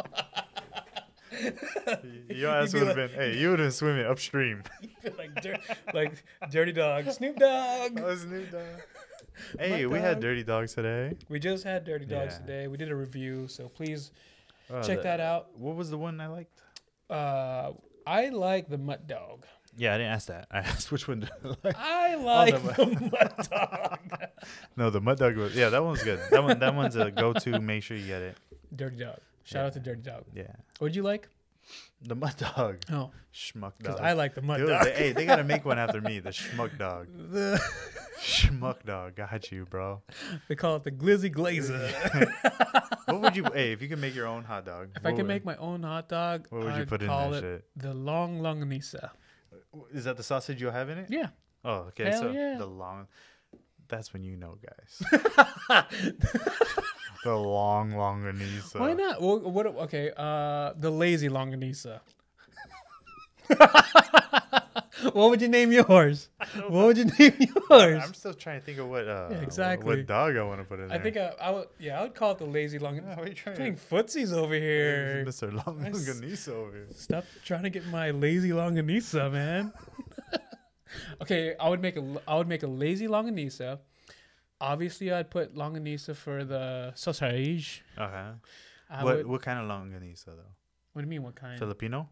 Speaker 1: your ass
Speaker 2: be
Speaker 1: would have been. Hey, you would have been swimming upstream.
Speaker 2: like, dir- like dirty dog, Snoop
Speaker 1: Oh,
Speaker 2: Dogg.
Speaker 1: Hey,
Speaker 2: My
Speaker 1: we had
Speaker 2: dog.
Speaker 1: dirty dogs today.
Speaker 2: We just had dirty dogs
Speaker 1: Yeah.
Speaker 2: today. We did a review, so please
Speaker 1: Uh,
Speaker 2: check
Speaker 1: the-
Speaker 2: that out.
Speaker 1: What was the one I liked?
Speaker 2: Uh, I like the mutt dog.
Speaker 1: Yeah, I didn't ask that. I asked which one. did I like.
Speaker 2: I like
Speaker 1: mutt.
Speaker 2: the mutt dog.
Speaker 1: No, the mud dog was. Yeah, that one's good. That one. That one's a go-to. Make sure you get it.
Speaker 2: Dirty dog. Shout out to Dirty Dog.
Speaker 1: Yeah,
Speaker 2: What'd you like?
Speaker 1: the mud dog.
Speaker 2: Oh,
Speaker 1: Schmuck
Speaker 2: because
Speaker 1: dog.
Speaker 2: I like the mutt
Speaker 1: Dude,
Speaker 2: dog.
Speaker 1: They, hey, they gotta make one after me. The schmuck dog.
Speaker 2: The-
Speaker 1: Schmuck dog. Got you, bro.
Speaker 2: they call it the glizzy glazer.
Speaker 1: What would you? hey, if you can make your own hot dog.
Speaker 2: if I
Speaker 1: what
Speaker 2: can
Speaker 1: would-
Speaker 2: make my own hot dog,
Speaker 1: What would you
Speaker 2: I'd
Speaker 1: put in
Speaker 2: call
Speaker 1: that
Speaker 2: it
Speaker 1: shit?
Speaker 2: the long longanisa.
Speaker 1: Is that the sausage you'll have in it?
Speaker 2: Yeah.
Speaker 1: Oh, okay.
Speaker 2: Hell
Speaker 1: so
Speaker 2: yeah.
Speaker 1: the long. That's when you know, guys. the long longanisa.
Speaker 2: Why not? Well, what? Okay, uh, the lazy longanisa. what would you name yours? What would you name yours?
Speaker 1: I'm still trying to think of what. Uh, wh-
Speaker 2: exactly.
Speaker 1: What dog I want to put in
Speaker 2: I
Speaker 1: there.
Speaker 2: think I, I would. Yeah, I would call it the lazy
Speaker 1: Yeah,
Speaker 2: longanisa.
Speaker 1: what are you trying?
Speaker 2: Playing footsies over here.
Speaker 1: Mr. Long
Speaker 2: Nice.
Speaker 1: Longanisa over here.
Speaker 2: Stop trying to get my lazy longanisa, man. okay, I would make a l- I would make a lazy longanisa. Obviously, I'd put longanisa for the sausage.
Speaker 1: Okay.
Speaker 2: I
Speaker 1: what
Speaker 2: would,
Speaker 1: what kind of longanisa though?
Speaker 2: what do you mean? What kind?
Speaker 1: Filipino?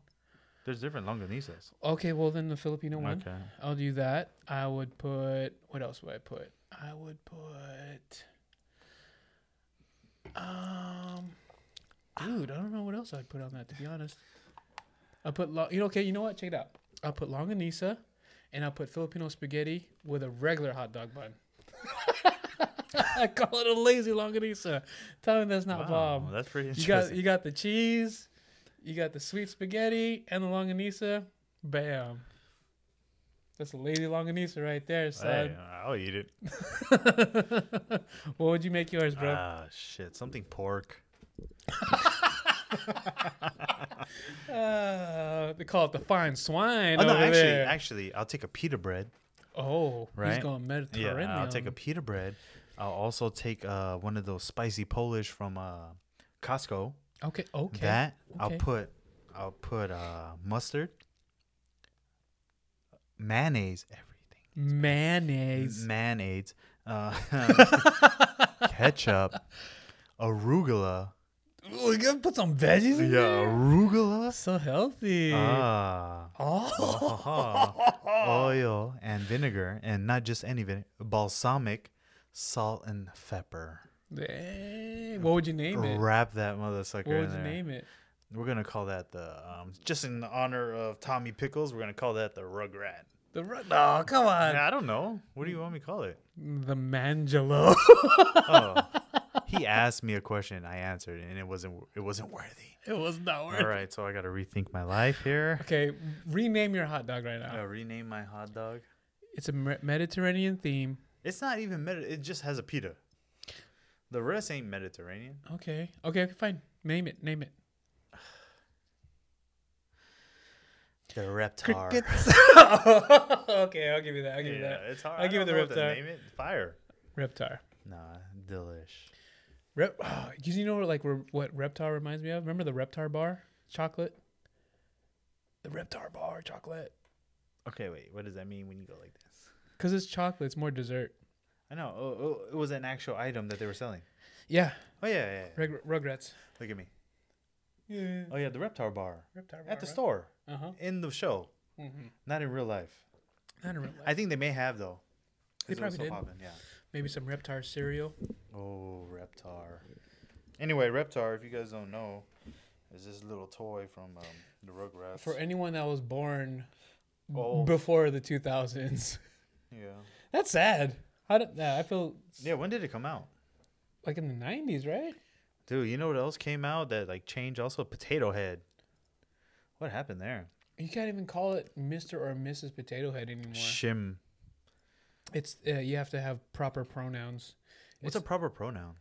Speaker 1: There's different longanisas.
Speaker 2: okay, well then the Filipino one.
Speaker 1: Okay.
Speaker 2: I'll do that. I would put what else would I put? I would put um dude, I don't know what else I'd put on that to be honest. I put lo- you know okay, you know what? Check it out. I'll put longanisa and I'll put Filipino spaghetti with a regular hot dog bun. I call it a lazy longanisa. Tell me that's not
Speaker 1: Wow,
Speaker 2: bomb.
Speaker 1: That's pretty
Speaker 2: um, You got
Speaker 1: interesting.
Speaker 2: you got the cheese, you got the sweet spaghetti, and the longanisa. Bam. That's a lady longanisa right there,
Speaker 1: Hey,
Speaker 2: son.
Speaker 1: I'll eat it.
Speaker 2: what would you make yours, bro?
Speaker 1: Ah, shit. Something pork.
Speaker 2: Uh, they call it the fine swine
Speaker 1: Oh, no,
Speaker 2: over
Speaker 1: actually,
Speaker 2: there.
Speaker 1: actually, I'll take a pita bread.
Speaker 2: oh, he's
Speaker 1: Right?
Speaker 2: going
Speaker 1: Yeah,
Speaker 2: Mediterranean.
Speaker 1: I'll take a pita bread. I'll also take uh, one of those spicy Polish from uh, Costco.
Speaker 2: okay, okay.
Speaker 1: That
Speaker 2: okay.
Speaker 1: I'll put, I'll put uh, mustard, mayonnaise, everything.
Speaker 2: Mayonnaise.
Speaker 1: mayonnaise, uh, ketchup, arugula.
Speaker 2: Ooh, you gotta put some veggies
Speaker 1: Yeah,
Speaker 2: in there.
Speaker 1: arugula.
Speaker 2: So healthy.
Speaker 1: Ah,
Speaker 2: oh,
Speaker 1: oil and vinegar, and not just any vinegar, balsamic, salt and pepper.
Speaker 2: dang. What would you name it?
Speaker 1: Wrap that motherfucker
Speaker 2: What
Speaker 1: in
Speaker 2: would you
Speaker 1: there.
Speaker 2: name it?
Speaker 1: We're gonna call that the um, just in honor of Tommy Pickles. We're gonna call that the Rugrat.
Speaker 2: The ru- no, come on.
Speaker 1: I don't know. What do you want me to call it?
Speaker 2: The Mangelo.
Speaker 1: Oh, he asked me a question. I answered, and it wasn't it wasn't worthy.
Speaker 2: it was not worth.
Speaker 1: All right, so I got to rethink my life here.
Speaker 2: Okay, rename your hot dog right now.
Speaker 1: I rename my hot dog.
Speaker 2: It's a Mer- Mediterranean theme.
Speaker 1: It's not even med. It just has a pita. The rest ain't Mediterranean.
Speaker 2: Okay. Okay. Okay. Fine. Name it. Name it.
Speaker 1: The Reptar.
Speaker 2: okay, I'll give you that. I'll give you
Speaker 1: Yeah,
Speaker 2: that.
Speaker 1: it's hard.
Speaker 2: I'll
Speaker 1: I
Speaker 2: give you
Speaker 1: don't
Speaker 2: the
Speaker 1: know what to
Speaker 2: Reptar.
Speaker 1: Name it fire.
Speaker 2: Reptar.
Speaker 1: Nah, delish.
Speaker 2: Rep. Oh, you know like re- what Reptar reminds me of? Remember the Reptar bar chocolate? The Reptar bar chocolate.
Speaker 1: Okay, wait. What does that mean when you go like this?
Speaker 2: Cause it's chocolate. It's more dessert.
Speaker 1: I know. Oh, oh, it was an actual item that they were selling.
Speaker 2: Yeah.
Speaker 1: Oh yeah, yeah. yeah.
Speaker 2: Reg- Rugrats.
Speaker 1: Look at me.
Speaker 2: Yeah.
Speaker 1: Oh yeah, the Reptar bar
Speaker 2: Reptar bar.
Speaker 1: at the store
Speaker 2: Uh huh.
Speaker 1: in the show,
Speaker 2: Mm-hmm.
Speaker 1: not in real life.
Speaker 2: I don't know.
Speaker 1: I think they may have though.
Speaker 2: They
Speaker 1: 'cause it was
Speaker 2: probably
Speaker 1: so poppin',
Speaker 2: Maybe some Reptar cereal.
Speaker 1: Yeah. Oh, Reptar. Anyway, Reptar, if you guys don't know, is this little toy from um, the Rugrats.
Speaker 2: For anyone that was born b-
Speaker 1: Oh.
Speaker 2: before the 2000s.
Speaker 1: yeah.
Speaker 2: That's sad. How did nah, I feel
Speaker 1: Yeah. When did it come out?
Speaker 2: like in the 90s, right?
Speaker 1: Dude, you know what else came out that like changed? Also, Potato Head. What happened there?
Speaker 2: You can't even call it Mr. or Mrs. Potato Head anymore.
Speaker 1: Shim.
Speaker 2: It's uh, you have to have proper pronouns.
Speaker 1: What's
Speaker 2: It's-
Speaker 1: a proper pronoun?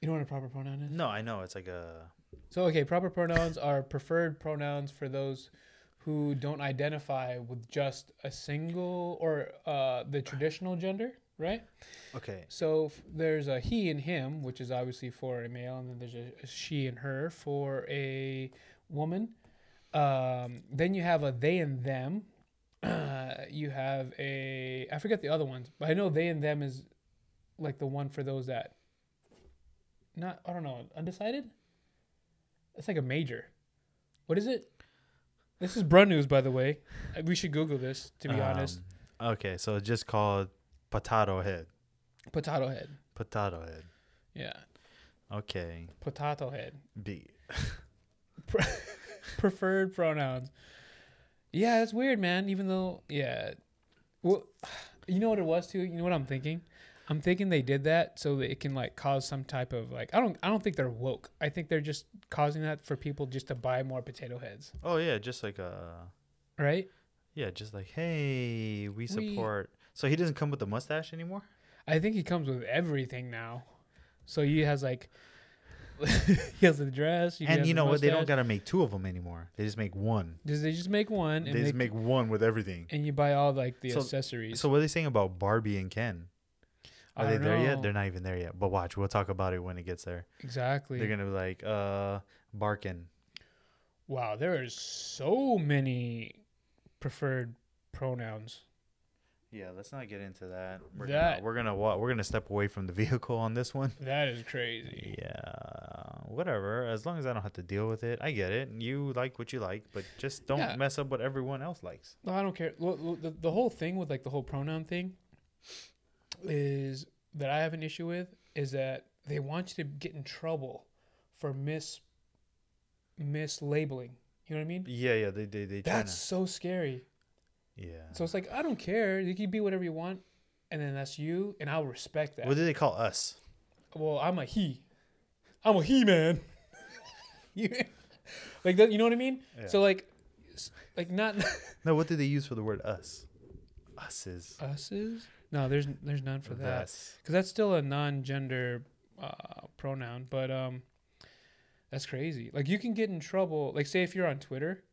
Speaker 2: You know what a proper pronoun is?
Speaker 1: No, I know it's like a.
Speaker 2: So okay, proper pronouns are preferred pronouns for those who don't identify with just a single or uh, the traditional gender, right?
Speaker 1: Okay.
Speaker 2: So f- there's a he and him, which is obviously for a male, and then there's a, a she and her for a woman. Um, then you have a they and them. you have a I forget the other ones, but I know they and them is like the one for those that not I don't know undecided. It's like a major. What is it? This is brand news, by the way. Uh, We should Google this to be honest.
Speaker 1: Um, Okay, so it's just called Potato Head.
Speaker 2: Potato head.
Speaker 1: Potato Head.
Speaker 2: Yeah,
Speaker 1: Okay.
Speaker 2: potato head.
Speaker 1: B.
Speaker 2: Pre- preferred pronouns. Yeah, that's weird, man. Even though, yeah, well, you know what it was too. You know what I'm thinking? I'm thinking they did that so that it can like cause some type of like. I don't. I don't think they're woke. I think they're just causing that for people just to buy more potato heads,
Speaker 1: Oh yeah, just like a.
Speaker 2: right?
Speaker 1: Yeah, just like hey, we
Speaker 2: We-
Speaker 1: support. So he doesn't come with the mustache anymore.
Speaker 2: I think he comes with everything now, so he has like. he has the dress, he
Speaker 1: and
Speaker 2: has
Speaker 1: you
Speaker 2: the
Speaker 1: know what? They don't
Speaker 2: mustache.
Speaker 1: gotta make two of them anymore. They just make one.
Speaker 2: Just- they just make one,
Speaker 1: They
Speaker 2: and,
Speaker 1: just
Speaker 2: make,
Speaker 1: make one with everything.
Speaker 2: and you buy all like the
Speaker 1: So-
Speaker 2: accessories.
Speaker 1: So what are they saying about Barbie and Ken?
Speaker 2: I
Speaker 1: Are they
Speaker 2: don't
Speaker 1: there yet?
Speaker 2: know.
Speaker 1: They're not even there yet. But watch, we'll talk about it when it gets there.
Speaker 2: exactly.
Speaker 1: They're gonna be like, uh, barking.
Speaker 2: Wow, there is so many preferred pronouns.
Speaker 1: Yeah, let's not get into that. We're
Speaker 2: That-
Speaker 1: gonna we're gonna wa- we're gonna step away from the vehicle on this one.
Speaker 2: That is crazy.
Speaker 1: Yeah, whatever. As long as I don't have to deal with it, I get it. You like what you like, but just don't
Speaker 2: Yeah.
Speaker 1: mess up what everyone else likes.
Speaker 2: No, I don't care. Well, well, The, the whole thing with like the whole pronoun thing is that I have an issue with is that they want you to get in trouble for mis mislabeling. You know what I mean?
Speaker 1: Yeah, yeah, they they they tryna-
Speaker 2: That's so scary.
Speaker 1: yeah.
Speaker 2: So it's like I don't care. You can be whatever you want, and then that's you, and I'll respect that.
Speaker 1: what do they call us?
Speaker 2: well, I'm a he. I'm a he man. you, like that, you know what I mean? So like, s- like not
Speaker 1: No, what do they use for the word us? Uses.
Speaker 2: us's. No, there's there's none for that
Speaker 1: Thus.
Speaker 2: because that's still a non-gender uh, pronoun. But um, that's crazy. Like you can get in trouble. Like say if you're on Twitter,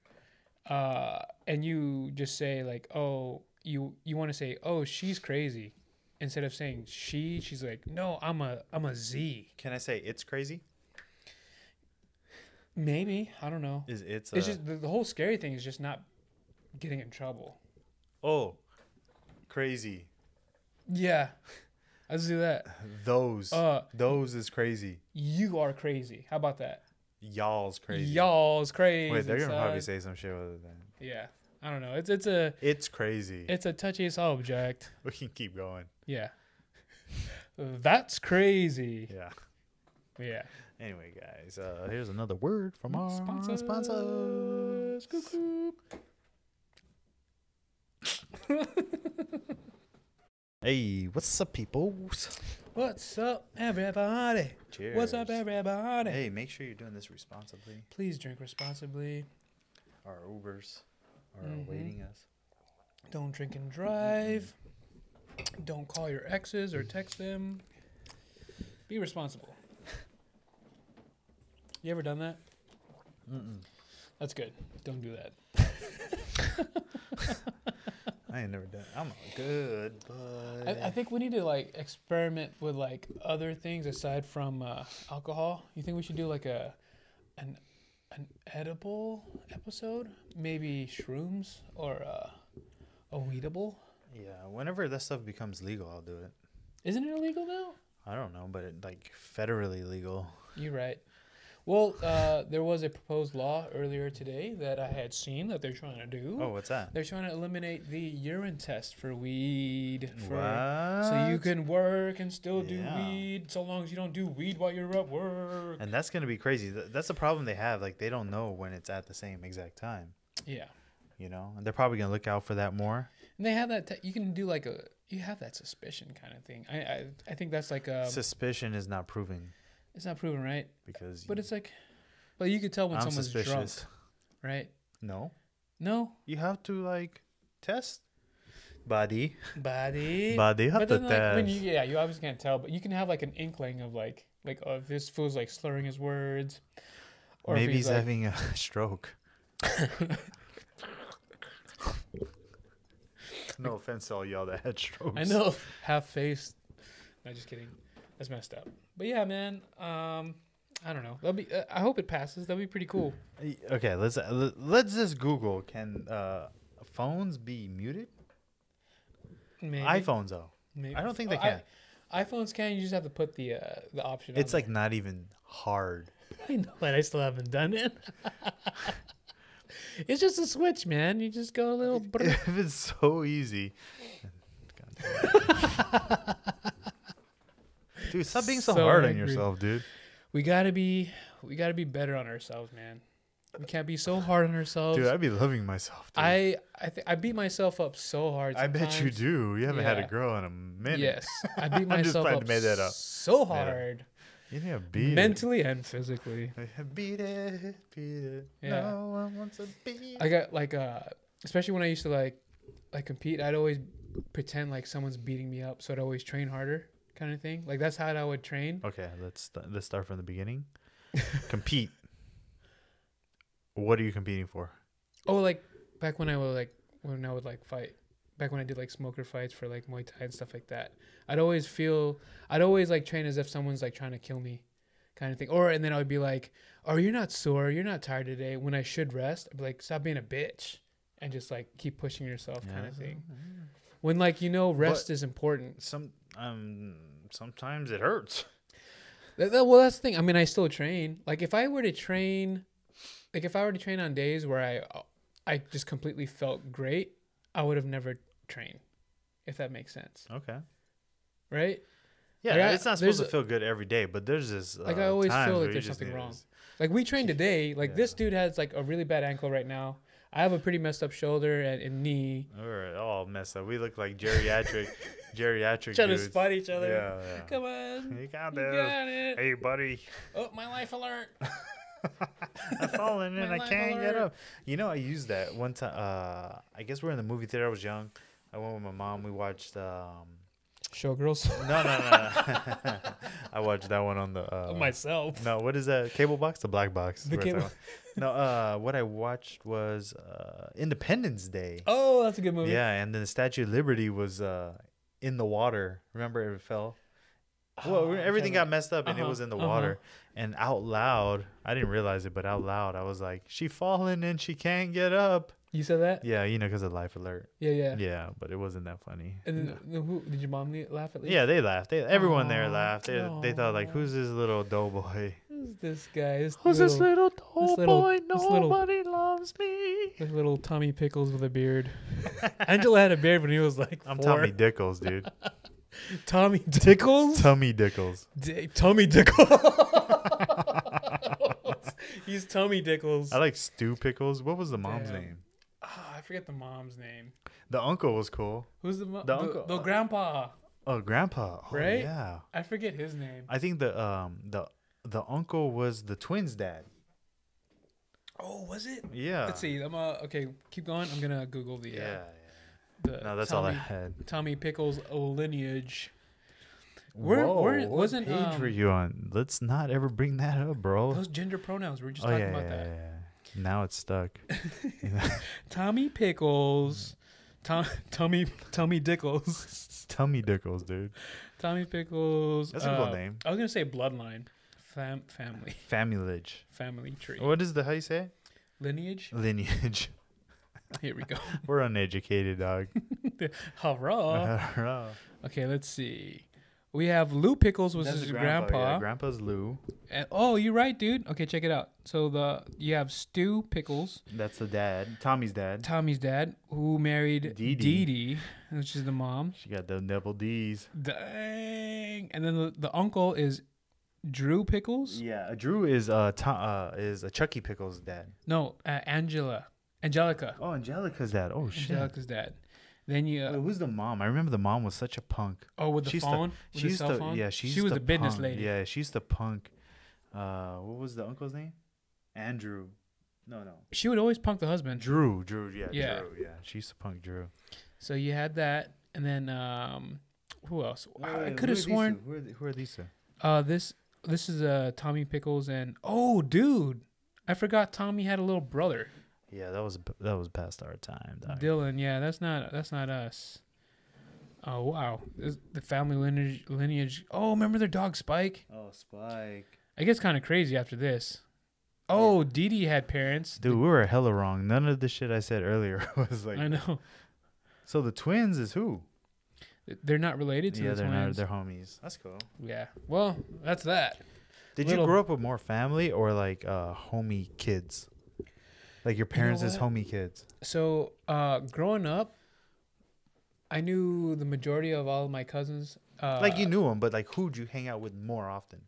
Speaker 2: uh, and you just say like, oh, you you want to say, oh, she's crazy, instead of saying she, she's like, no, I'm a I'm a Z.
Speaker 1: Can I say it's crazy?
Speaker 2: Maybe I don't know.
Speaker 1: Is it's, uh,
Speaker 2: it's
Speaker 1: a-
Speaker 2: just the, the whole scary thing is just not getting in trouble.
Speaker 1: oh crazy.
Speaker 2: Yeah, let's do that.
Speaker 1: Those
Speaker 2: Uh,
Speaker 1: those is crazy.
Speaker 2: you are crazy. How about that?
Speaker 1: Y'all's crazy.
Speaker 2: Y'all's crazy.
Speaker 1: Wait, they're gonna probably
Speaker 2: son.
Speaker 1: say some shit other than
Speaker 2: Yeah, I don't know. It's it's a
Speaker 1: it's crazy.
Speaker 2: it's a touchy subject.
Speaker 1: we can keep going.
Speaker 2: Yeah, that's crazy.
Speaker 1: Yeah.
Speaker 2: Yeah.
Speaker 1: Anyway, guys, uh, here's another word from our sponsor.
Speaker 2: Sponsors.
Speaker 1: Sponsors. Scoop, scoop. hey, what's up, people?
Speaker 2: What's up, everybody?
Speaker 1: Cheers.
Speaker 2: What's up, everybody?
Speaker 1: Hey, make sure you're doing this responsibly.
Speaker 2: Please drink responsibly.
Speaker 1: Our Ubers are
Speaker 2: Mhm.
Speaker 1: awaiting us.
Speaker 2: Don't drink and drive. Don't call your exes or text them. Be responsible. You ever done that?
Speaker 1: Mm-mm.
Speaker 2: That's good. Don't do that.
Speaker 1: I ain't never done. I'm a good
Speaker 2: I,
Speaker 1: bud.
Speaker 2: I think we need to like experiment with like other things aside from uh, alcohol. You think we should do like a an an edible episode? Maybe shrooms or uh, a weedable?
Speaker 1: yeah, whenever that stuff becomes legal, I'll do it.
Speaker 2: Isn't it illegal now?
Speaker 1: I don't know, but it, like federally legal.
Speaker 2: You're right. Well, uh, there was a proposed law earlier today that I had seen that they're trying to do.
Speaker 1: Oh, what's that?
Speaker 2: They're trying to eliminate the urine test for weed. For,
Speaker 1: What?
Speaker 2: So you can work and still do
Speaker 1: Yeah.
Speaker 2: weed, so long as you don't do weed while you're at work.
Speaker 1: And that's gonna be crazy. Th- That's the problem they have. Like they don't know when it's at the same exact time.
Speaker 2: Yeah,
Speaker 1: You know, and they're probably gonna look out for that more.
Speaker 2: and they have that. Te- you can do like a. You have that suspicion kind of thing. I I, I think that's like um,
Speaker 1: Suspicion is not proven
Speaker 2: it's not proven right,
Speaker 1: because.
Speaker 2: but it's like, but you could tell when
Speaker 1: I'm
Speaker 2: someone's drunk,
Speaker 1: suspicious.
Speaker 2: right?
Speaker 1: No,
Speaker 2: No,
Speaker 1: you have to like test. Body,
Speaker 2: body.
Speaker 1: body, you have
Speaker 2: But
Speaker 1: to
Speaker 2: then, like, when
Speaker 1: test.
Speaker 2: you, yeah, you obviously can't tell, but you can have like an inkling of like, like, oh, if this fool's like slurring his words, or
Speaker 1: Maybe
Speaker 2: if
Speaker 1: he's
Speaker 2: he's, like,
Speaker 1: having a stroke. no offense to all y'all that had strokes.
Speaker 2: I know, half faced. No, just kidding. That's messed up. But yeah, man. Um, I don't know. That'll be. Uh, I hope it passes. That'll be pretty cool.
Speaker 1: Y- Okay, let's uh, le- let's just Google. Can uh, phones be muted?
Speaker 2: Maybe.
Speaker 1: iPhones though.
Speaker 2: Maybe.
Speaker 1: I don't think they
Speaker 2: Oh,
Speaker 1: can.
Speaker 2: I, iPhones can. You just have to put the uh, the option.
Speaker 1: it's
Speaker 2: on
Speaker 1: like not even hard.
Speaker 2: there. I know, but I still haven't done it. it's just a switch, man. You just go a little. brr.
Speaker 1: if it's so easy. God damn. dude, stop being so,
Speaker 2: So
Speaker 1: hard on
Speaker 2: angry.
Speaker 1: yourself, dude.
Speaker 2: We gotta be. We gotta be better on ourselves, man. We can't be so hard on ourselves.
Speaker 1: Dude, I'd be loving myself. Dude.
Speaker 2: I I th- I beat myself up so hard.
Speaker 1: I bet you
Speaker 2: sometimes.
Speaker 1: do. You haven't had a
Speaker 2: Yeah.
Speaker 1: girl in a minute.
Speaker 2: Yes, I beat
Speaker 1: I'm just
Speaker 2: myself
Speaker 1: glad
Speaker 2: up,
Speaker 1: you made that up.
Speaker 2: so
Speaker 1: Made it up.
Speaker 2: hard,
Speaker 1: You need to beat it.
Speaker 2: mentally and physically.
Speaker 1: Beat it, beat it.
Speaker 2: Yeah.
Speaker 1: No one wants to beat.
Speaker 2: I got like uh, especially when I used to like like compete, I'd always pretend like someone's beating me up, so I'd always train harder, kind of thing. Like that's how I would train.
Speaker 1: okay, let's st- let's start from the beginning. Compete. What are you competing for?
Speaker 2: Oh, like back when I would like when I would like fight. Back when I did like smoker fights for like Muay Thai and stuff like that, I'd always feel I'd always like train as if someone's like trying to kill me, kind of thing. Or and then I would be like, "Oh, you're not sore. You're not tired today." When I should rest, I'd be like, "Stop being a bitch," and just like keep pushing yourself, kind of thing. When like you know rest is important.
Speaker 1: Some um sometimes it hurts.
Speaker 2: That- that- well, that's the thing. I mean, I still train. Like if I were to train, like if I were to train on days where I, uh, I just completely felt great, I would have never trained, if that makes sense,
Speaker 1: Okay.
Speaker 2: right?
Speaker 1: Yeah,
Speaker 2: Like, I-
Speaker 1: it's not supposed
Speaker 2: there's
Speaker 1: to
Speaker 2: a-
Speaker 1: feel good every day, but there's this.
Speaker 2: Like,
Speaker 1: uh,
Speaker 2: I always feel
Speaker 1: times
Speaker 2: like
Speaker 1: where you
Speaker 2: there's
Speaker 1: just
Speaker 2: something
Speaker 1: need to
Speaker 2: wrong.
Speaker 1: just-
Speaker 2: Like we trained today. Like this
Speaker 1: Yeah.
Speaker 2: dude has like a really bad ankle right now. I have a pretty messed up shoulder and, and knee.
Speaker 1: We're all messed up. We look like geriatric, geriatric
Speaker 2: Trying
Speaker 1: dudes.
Speaker 2: to spot each other.
Speaker 1: Yeah, yeah.
Speaker 2: Come on,
Speaker 1: You got
Speaker 2: you
Speaker 1: this.
Speaker 2: got it.
Speaker 1: Hey, buddy.
Speaker 2: Oh, my life alert.
Speaker 1: I'm falling in.
Speaker 2: My
Speaker 1: I
Speaker 2: life
Speaker 1: can't get
Speaker 2: alert.
Speaker 1: up. You know, I used that one time. Uh, I guess we we're in the movie theater. I was young. I went with my mom. We watched. Um,
Speaker 2: Showgirls.
Speaker 1: no, no, no. no. I watched that one on the.
Speaker 2: Oh
Speaker 1: Uh,
Speaker 2: Myself.
Speaker 1: no, what is that? Cable box? The black box. We're
Speaker 2: The
Speaker 1: talking
Speaker 2: cable-
Speaker 1: about- No, uh, what I watched was uh, Independence Day.
Speaker 2: Oh, that's a good movie.
Speaker 1: Yeah, and then the Statue of Liberty was uh, in the water. Remember, it fell.
Speaker 2: Oh,
Speaker 1: Well,
Speaker 2: I can't
Speaker 1: everything got
Speaker 2: remember.
Speaker 1: messed up, and it
Speaker 2: Uh-huh,
Speaker 1: was in the
Speaker 2: uh-huh.
Speaker 1: water. And out loud, I didn't realize it, but out loud, I was like, "She falling and she can't get up."
Speaker 2: You said that?
Speaker 1: Yeah, you know, because of life alert.
Speaker 2: Yeah, yeah.
Speaker 1: Yeah. but it wasn't that funny.
Speaker 2: And then then who did your mom le- laugh at least?
Speaker 1: Yeah, they laughed. They everyone there
Speaker 2: Aw,
Speaker 1: laughed. They, they thought like,
Speaker 2: aw.
Speaker 1: "Who's this little doughboy?
Speaker 2: Who's this guy? This
Speaker 1: Who's
Speaker 2: little,
Speaker 1: this little doughboy?
Speaker 2: this little-
Speaker 1: Nobody loves me."
Speaker 2: this little Tommy Pickles with a beard. Angela had a beard when he was like
Speaker 1: I'm
Speaker 2: four.
Speaker 1: Tommy Dickles, dude.
Speaker 2: Tommy Tickles.
Speaker 1: Tommy Dickles.
Speaker 2: D- Tommy Dickles. He's Tommy Dickles.
Speaker 1: I like Stew Pickles. What was the mom's
Speaker 2: Damn.
Speaker 1: name?
Speaker 2: Ah, I forget the mom's name.
Speaker 1: The uncle was cool.
Speaker 2: Who's the mom?
Speaker 1: The uncle.
Speaker 2: The grandpa.
Speaker 1: Oh, grandpa. Oh,
Speaker 2: Right?
Speaker 1: Yeah.
Speaker 2: I forget his name.
Speaker 1: I think the um the the uncle was the twins' dad.
Speaker 2: Oh, was it?
Speaker 1: Yeah.
Speaker 2: Let's see. I'm uh, okay. Keep going. I'm gonna Google the.
Speaker 1: Yeah.
Speaker 2: Uh,
Speaker 1: yeah.
Speaker 2: The
Speaker 1: No, that's all I
Speaker 2: Tommy,
Speaker 1: had.
Speaker 2: Tommy Pickles lineage. Where-
Speaker 1: Whoa,
Speaker 2: where-
Speaker 1: what
Speaker 2: wasn't,
Speaker 1: page were
Speaker 2: um,
Speaker 1: you on? Let's not ever bring that up, bro.
Speaker 2: Those gender pronouns. We were just
Speaker 1: oh yeah,
Speaker 2: talking
Speaker 1: yeah,
Speaker 2: about that.
Speaker 1: yeah, yeah. Now it's stuck.
Speaker 2: Tommy Pickles. Tom, Tommy Tommy Dickles.
Speaker 1: Tummy dickles, dude.
Speaker 2: Tommy Pickles.
Speaker 1: That's a
Speaker 2: uh,
Speaker 1: cool name.
Speaker 2: I was gonna say bloodline. Fam family.
Speaker 1: Famulage.
Speaker 2: Family tree.
Speaker 1: What is the how you say? it?
Speaker 2: Lineage.
Speaker 1: Lineage.
Speaker 2: Here we go.
Speaker 1: We're uneducated, dog. Uh-huh.
Speaker 2: Hurrah. Okay, let's see. We have Lou Pickles was
Speaker 1: That's
Speaker 2: his
Speaker 1: the
Speaker 2: grandpa.
Speaker 1: yeah, grandpa's Lou.
Speaker 2: And- oh, you're right, dude. Okay, check it out. So the you have Stu Pickles,
Speaker 1: That's the dad. Tommy's dad.
Speaker 2: Tommy's dad, who married
Speaker 1: Dee
Speaker 2: Dee
Speaker 1: Dee.
Speaker 2: Dee, which is the mom.
Speaker 1: She got the double D's.
Speaker 2: Dang. And then the, the uncle is Drew Pickles.
Speaker 1: Yeah, uh, Drew is uh, to, uh is a Chucky Pickles dad.
Speaker 2: No, uh, Angela. Angelica.
Speaker 1: Oh, Angelica's dad. Oh shit.
Speaker 2: Angelica's dad. Then you. uh,
Speaker 1: Wait, who's the mom? I remember the mom was such a punk.
Speaker 2: oh, with the
Speaker 1: she's the-
Speaker 2: phone. with
Speaker 1: She
Speaker 2: the
Speaker 1: used
Speaker 2: cell
Speaker 1: to
Speaker 2: phone.
Speaker 1: yeah. She,
Speaker 2: She
Speaker 1: used
Speaker 2: was
Speaker 1: to
Speaker 2: the business
Speaker 1: punk.
Speaker 2: lady.
Speaker 1: Yeah, she used to punk. Uh, what was the uncle's name? Andrew. No, no.
Speaker 2: She would always punk the husband.
Speaker 1: Drew. Drew. Yeah.
Speaker 2: Yeah.
Speaker 1: Drew. Yeah. She used to punk Drew.
Speaker 2: So you had that, and then um, who else?
Speaker 1: Wait,
Speaker 2: I
Speaker 1: wait,
Speaker 2: could
Speaker 1: who are
Speaker 2: have
Speaker 1: these
Speaker 2: sworn
Speaker 1: two? Who are, th- who are these two?
Speaker 2: uh, this this is uh Tommy Pickles and oh dude, I forgot Tommy had a little brother,
Speaker 1: Yeah, that was b- that was past our time. Dog.
Speaker 2: Dylan. Yeah, that's not that's not us. Oh wow, This- the family lineage lineage. Oh, remember their dog Spike?
Speaker 1: Oh, Spike.
Speaker 2: I guess kind of crazy after this.
Speaker 1: Yeah.
Speaker 2: Oh, Dee Dee had parents.
Speaker 1: Dude, we were hella wrong. None of the shit I said earlier was like.
Speaker 2: I know
Speaker 1: So the twins is who?
Speaker 2: they're not related to
Speaker 1: yeah,
Speaker 2: the
Speaker 1: they're not.
Speaker 2: twins.
Speaker 1: They're homies. That's cool.
Speaker 2: yeah. Well, that's that.
Speaker 1: Did
Speaker 2: Little-
Speaker 1: you grow up with more family or like uh homie kids? Like your parents is
Speaker 2: what?
Speaker 1: homie kids.
Speaker 2: So, uh, growing up, I knew the majority of all of my cousins. Uh,
Speaker 1: like you knew them, but like who'd you hang out with more often?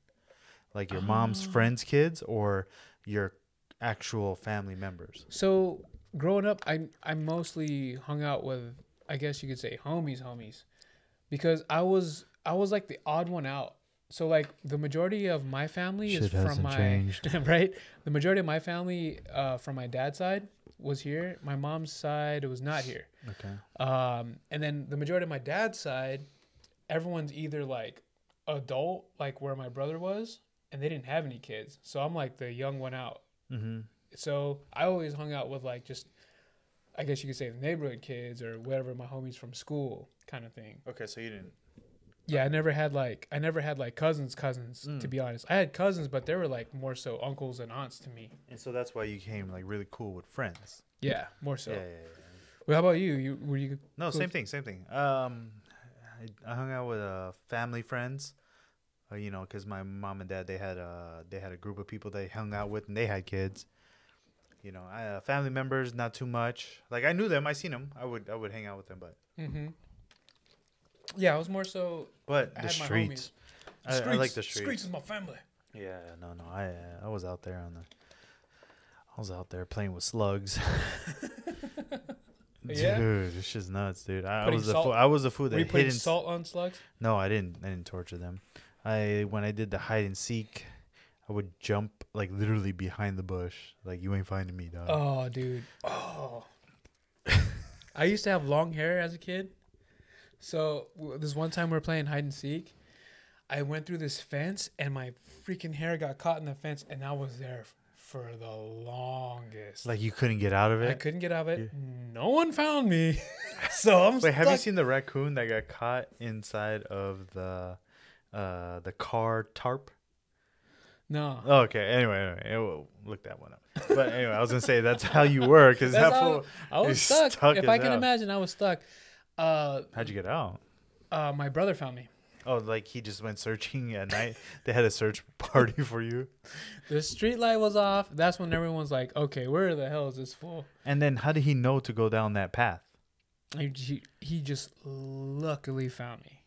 Speaker 1: Like your mom's
Speaker 2: Oh.
Speaker 1: friends' kids or your actual family members?
Speaker 2: So, growing up, I I mostly hung out with, I guess you could say, homies, homies, because I was I was like the odd one out. So, like the majority of my family is
Speaker 1: Shit
Speaker 2: from
Speaker 1: hasn't
Speaker 2: my
Speaker 1: changed.
Speaker 2: right. The majority of my family, uh, from my dad's side, was here. My mom's side was not here.
Speaker 1: Okay.
Speaker 2: Um, and then the majority of my dad's side, everyone's either like adult, like where my brother was, and they didn't have any kids. So I'm like the young one out.
Speaker 1: Mm-hmm.
Speaker 2: So I always hung out with like just, I guess you could say the neighborhood kids or whatever my homies from school kind of thing.
Speaker 1: Okay, so you didn't.
Speaker 2: Yeah, I never had like I never had like cousins cousins to
Speaker 1: Mm.
Speaker 2: be honest. I had cousins, but they were like more so uncles and aunts to me.
Speaker 1: And so that's why you came like really cool with friends. Oh.
Speaker 2: Yeah, more so.
Speaker 1: Yeah, yeah, yeah.
Speaker 2: Well, how about you? You were you
Speaker 1: No,
Speaker 2: Cool.
Speaker 1: same thing, same thing. Um, I, I hung out with uh, family friends, uh, you know, because my mom and dad they had uh they had a group of people they hung out with and they had kids. You know, I, uh, family members not too much. Like I knew them, I seen them. I would I would hang out with them, but
Speaker 2: Mm-hmm. Yeah, I was more so
Speaker 1: but
Speaker 2: I
Speaker 1: the
Speaker 2: had my homies.
Speaker 1: streets. I, I like the streets.
Speaker 2: is my family.
Speaker 1: Yeah, no, no, I uh, I was out there on the. I was out there playing with slugs.
Speaker 2: Yeah?
Speaker 1: Dude, this shit's nuts, dude. I, I
Speaker 2: Putting
Speaker 1: was the
Speaker 2: salt-
Speaker 1: fool. I was the fool that
Speaker 2: We
Speaker 1: hid
Speaker 2: played
Speaker 1: in
Speaker 2: salt on slugs.
Speaker 1: No, I didn't. I didn't torture them. I when I did the hide and seek, I would jump like literally behind the bush. Like you ain't finding me, dog.
Speaker 2: Oh, dude. Oh. I used to have long hair as a kid. So w- this one time we were playing hide and seek. I went through this fence and my freaking hair got caught in the fence and I was there f- for the longest.
Speaker 1: Like you couldn't get out of
Speaker 2: I
Speaker 1: it.
Speaker 2: couldn't get out of it. No one found me. so I'm
Speaker 1: Wait, have you
Speaker 2: stuck.
Speaker 1: seen the raccoon that got caught inside of the uh the car tarp?
Speaker 2: No.
Speaker 1: Oh, okay. Anyway, anyway, eh, well, look that one up. But anyway, I was gonna say that's how you were, cause
Speaker 2: That's
Speaker 1: that
Speaker 2: how-
Speaker 1: fool.
Speaker 2: I was
Speaker 1: is
Speaker 2: stuck.
Speaker 1: stuck
Speaker 2: If
Speaker 1: as
Speaker 2: I can
Speaker 1: hell.
Speaker 2: imagine, I was stuck. Uh,
Speaker 1: How'd you get out?
Speaker 2: uh, my brother found me.
Speaker 1: Oh, like he just went searching at night. They had a search party for you.
Speaker 2: The street light was off. That's when everyone's like, okay, where the hell is this fool?
Speaker 1: And then how did he know to go down that path?
Speaker 2: He, he, he just luckily found me.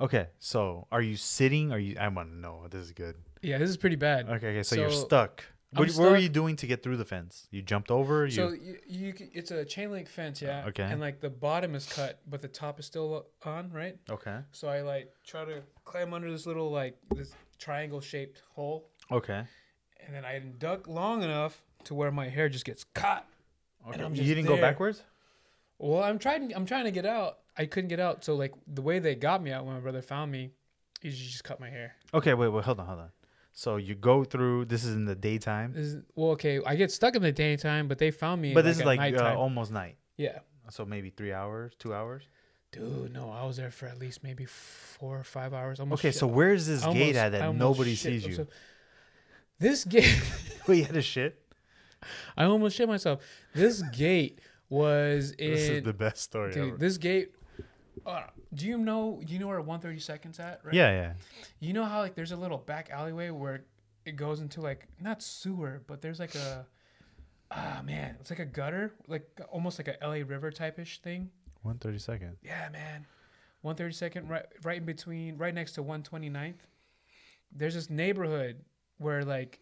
Speaker 1: Okay, so are you sitting? Are you? I want to know. This is good.
Speaker 2: Yeah, this is pretty bad.
Speaker 1: Okay, okay. So, you're
Speaker 2: So,
Speaker 1: stuck.
Speaker 2: I'm
Speaker 1: What, what were
Speaker 2: stuck.
Speaker 1: you doing to get through the fence? You jumped over. You. Uh,
Speaker 2: So you, you, c- it's a chain link fence, yeah.
Speaker 1: okay.
Speaker 2: And like the bottom is cut, but the top is still on, right?
Speaker 1: okay.
Speaker 2: So I like try to climb under this little like this triangle shaped hole,
Speaker 1: Okay.
Speaker 2: and then I didn't duck long enough to where my hair just gets caught.
Speaker 1: Okay.
Speaker 2: I'm
Speaker 1: You
Speaker 2: just
Speaker 1: didn't go
Speaker 2: there.
Speaker 1: backwards.
Speaker 2: Well, I'm trying. I'm trying to get out. I couldn't get out. So like the way they got me out when my brother found me, is you just cut my hair.
Speaker 1: Okay. Wait. Wait. Hold on. Hold on. So you go through. This is in the daytime,
Speaker 2: This is- well, okay, I get stuck in the daytime, but they found me.
Speaker 1: but this is
Speaker 2: at
Speaker 1: like uh,
Speaker 2: nighttime.
Speaker 1: almost night.
Speaker 2: yeah,
Speaker 1: So maybe three hours, two hours.
Speaker 2: dude. No, I was there for at least maybe four or five hours. Almost
Speaker 1: Okay,
Speaker 2: shit-
Speaker 1: so where is this
Speaker 2: I
Speaker 1: gate
Speaker 2: almost-
Speaker 1: at
Speaker 2: I
Speaker 1: that
Speaker 2: almost
Speaker 1: nobody
Speaker 2: shit
Speaker 1: sees you?
Speaker 2: myself. This gate,
Speaker 1: we had a shit.
Speaker 2: I almost shit myself. This gate was in.
Speaker 1: This is the best story
Speaker 2: dude,
Speaker 1: ever.
Speaker 2: this gate. Uh, do you know? You know where 130 seconds at? Right?
Speaker 1: Yeah, yeah.
Speaker 2: You know how like there's a little back alleyway where it goes into like not sewer, but there's like a ah man, it's like a gutter, like almost like a LA River type ish thing.
Speaker 1: One thirty second.
Speaker 2: Yeah, man. 132nd, right, right in between, right next to 129th. There's this neighborhood where like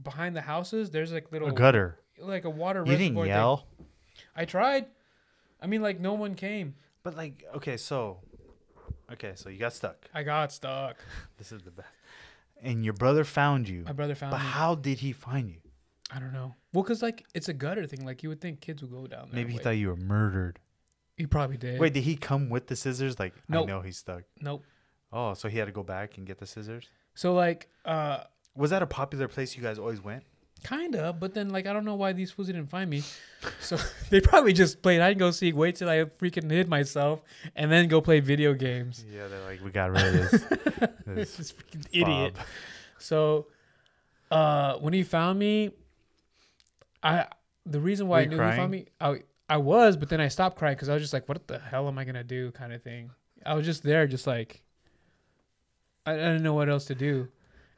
Speaker 2: behind the houses, there's like little
Speaker 1: A gutter.
Speaker 2: like Oh, a water
Speaker 1: You
Speaker 2: reservoir
Speaker 1: didn't
Speaker 2: thing.
Speaker 1: yell.
Speaker 2: I tried. I mean, like no one came.
Speaker 1: But like, okay, so, okay, so you got stuck.
Speaker 2: I got stuck.
Speaker 1: This is the best. And your brother found you.
Speaker 2: My brother found
Speaker 1: But
Speaker 2: me.
Speaker 1: how did he find you?
Speaker 2: I don't know. Well, cause like it's a gutter thing. Like you would think kids would go down there.
Speaker 1: Maybe he
Speaker 2: Wait.
Speaker 1: thought you were murdered.
Speaker 2: He probably did.
Speaker 1: Wait, did he come with the scissors? Like, I
Speaker 2: Nope.
Speaker 1: know he's stuck.
Speaker 2: Nope.
Speaker 1: Oh, so he had to go back and get the scissors.
Speaker 2: So like, uh,
Speaker 1: Was that a popular place you guys always went?
Speaker 2: kind of. But then like, I don't know why these fools didn't find me. So they probably just played hide and go seek. Wait till I freaking hid myself, and then go play video games.
Speaker 1: Yeah, they're like, we got rid of this. this
Speaker 2: This freaking idiot. So, uh, when he found me, I the reason why
Speaker 1: Were
Speaker 2: I
Speaker 1: you
Speaker 2: knew he
Speaker 1: crying?
Speaker 2: found me, I I was, but then I stopped crying because I was just like, what the hell am I gonna do, kind of thing. I was just there, just like, I, I didn't know what else to do,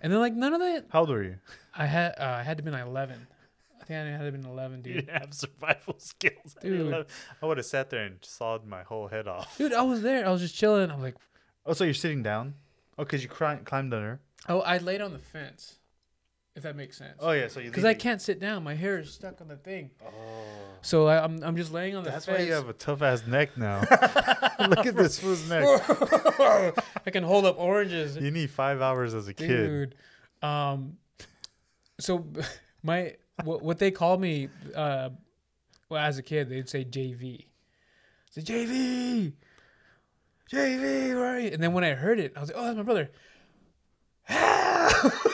Speaker 2: and then like none of that.
Speaker 1: How old were you?
Speaker 2: I had uh, I had to been like eleven. I think I had to been eleven, dude.
Speaker 1: have survival skills.
Speaker 2: didn't Dude. love-
Speaker 1: I would have sat there and sawed my whole head off.
Speaker 2: Dude, I was there. I was just chilling. I'm like,
Speaker 1: Oh, so you're sitting down? Oh, because you cri- climbed under.
Speaker 2: oh, I laid on the fence, if that makes sense.
Speaker 1: Oh, yeah, so you.
Speaker 2: Because I
Speaker 1: leave-
Speaker 2: can't sit down. My hair is stuck on the thing.
Speaker 1: Oh.
Speaker 2: So I, I'm I'm just laying on the
Speaker 1: That's
Speaker 2: fence.
Speaker 1: why you have a tough ass neck now. Look at this fool's neck.
Speaker 2: I can hold up oranges,
Speaker 1: You need five hours as a kid.
Speaker 2: dude. Um, so my what, what they called me uh, well as a kid they'd say JV, say JV, JV, where are you? And then when I heard it, I was like, oh, that's my brother.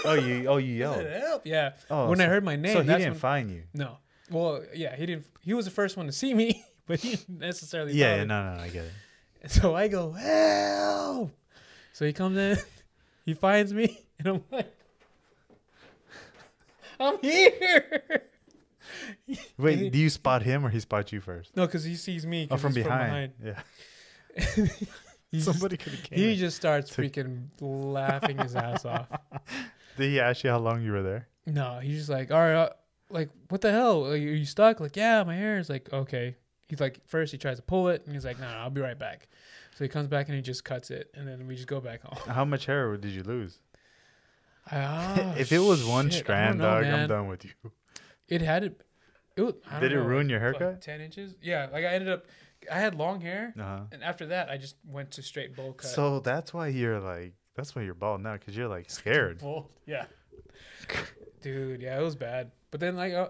Speaker 1: Oh, you oh you yelled.
Speaker 2: Help! Yeah.
Speaker 1: Oh,
Speaker 2: when I
Speaker 1: so-
Speaker 2: heard my name,
Speaker 1: so he
Speaker 2: that's
Speaker 1: didn't
Speaker 2: when-
Speaker 1: find you.
Speaker 2: no. Well, yeah, he didn't. He was the first one to see me, but he didn't necessarily.
Speaker 1: Yeah,
Speaker 2: follow
Speaker 1: yeah,
Speaker 2: me.
Speaker 1: no, no, no, I get it.
Speaker 2: So I go, help! So he comes in, he finds me, and I'm like, I'm here!
Speaker 1: Wait, do you spot him or he spot you first?
Speaker 2: No, because he sees me.
Speaker 1: Oh,
Speaker 2: 'cause
Speaker 1: from
Speaker 2: he's
Speaker 1: behind.
Speaker 2: He
Speaker 1: Yeah,
Speaker 2: just,
Speaker 1: somebody could have came.
Speaker 2: he
Speaker 1: in.
Speaker 2: just starts freaking laughing his ass off.
Speaker 1: Did he ask you how long you were there?
Speaker 2: No, he's just like, all right, uh, like, what the hell? Are you are you stuck? Like, yeah, my hair is like, okay. He's like, first he tries to pull it, and he's like, no, no, I'll be right back. So he comes back and he just cuts it, and then we just go back home.
Speaker 1: How much hair did you lose?
Speaker 2: Ah,
Speaker 1: if it was one
Speaker 2: shit, I
Speaker 1: strand,
Speaker 2: don't know,
Speaker 1: dog, I'm
Speaker 2: man.
Speaker 1: done with you.
Speaker 2: It had it. It was, I
Speaker 1: Did
Speaker 2: don't
Speaker 1: it
Speaker 2: know,
Speaker 1: ruin your
Speaker 2: like,
Speaker 1: haircut?
Speaker 2: Like Ten inches. Yeah. Like I ended up. I had long hair,
Speaker 1: Uh huh.
Speaker 2: and after that, I just went to straight bowl cut.
Speaker 1: So that's why you're like, that's why you're bald now, because you're like scared.
Speaker 2: Bowl- Yeah. Dude, yeah, it was bad. But then like, uh,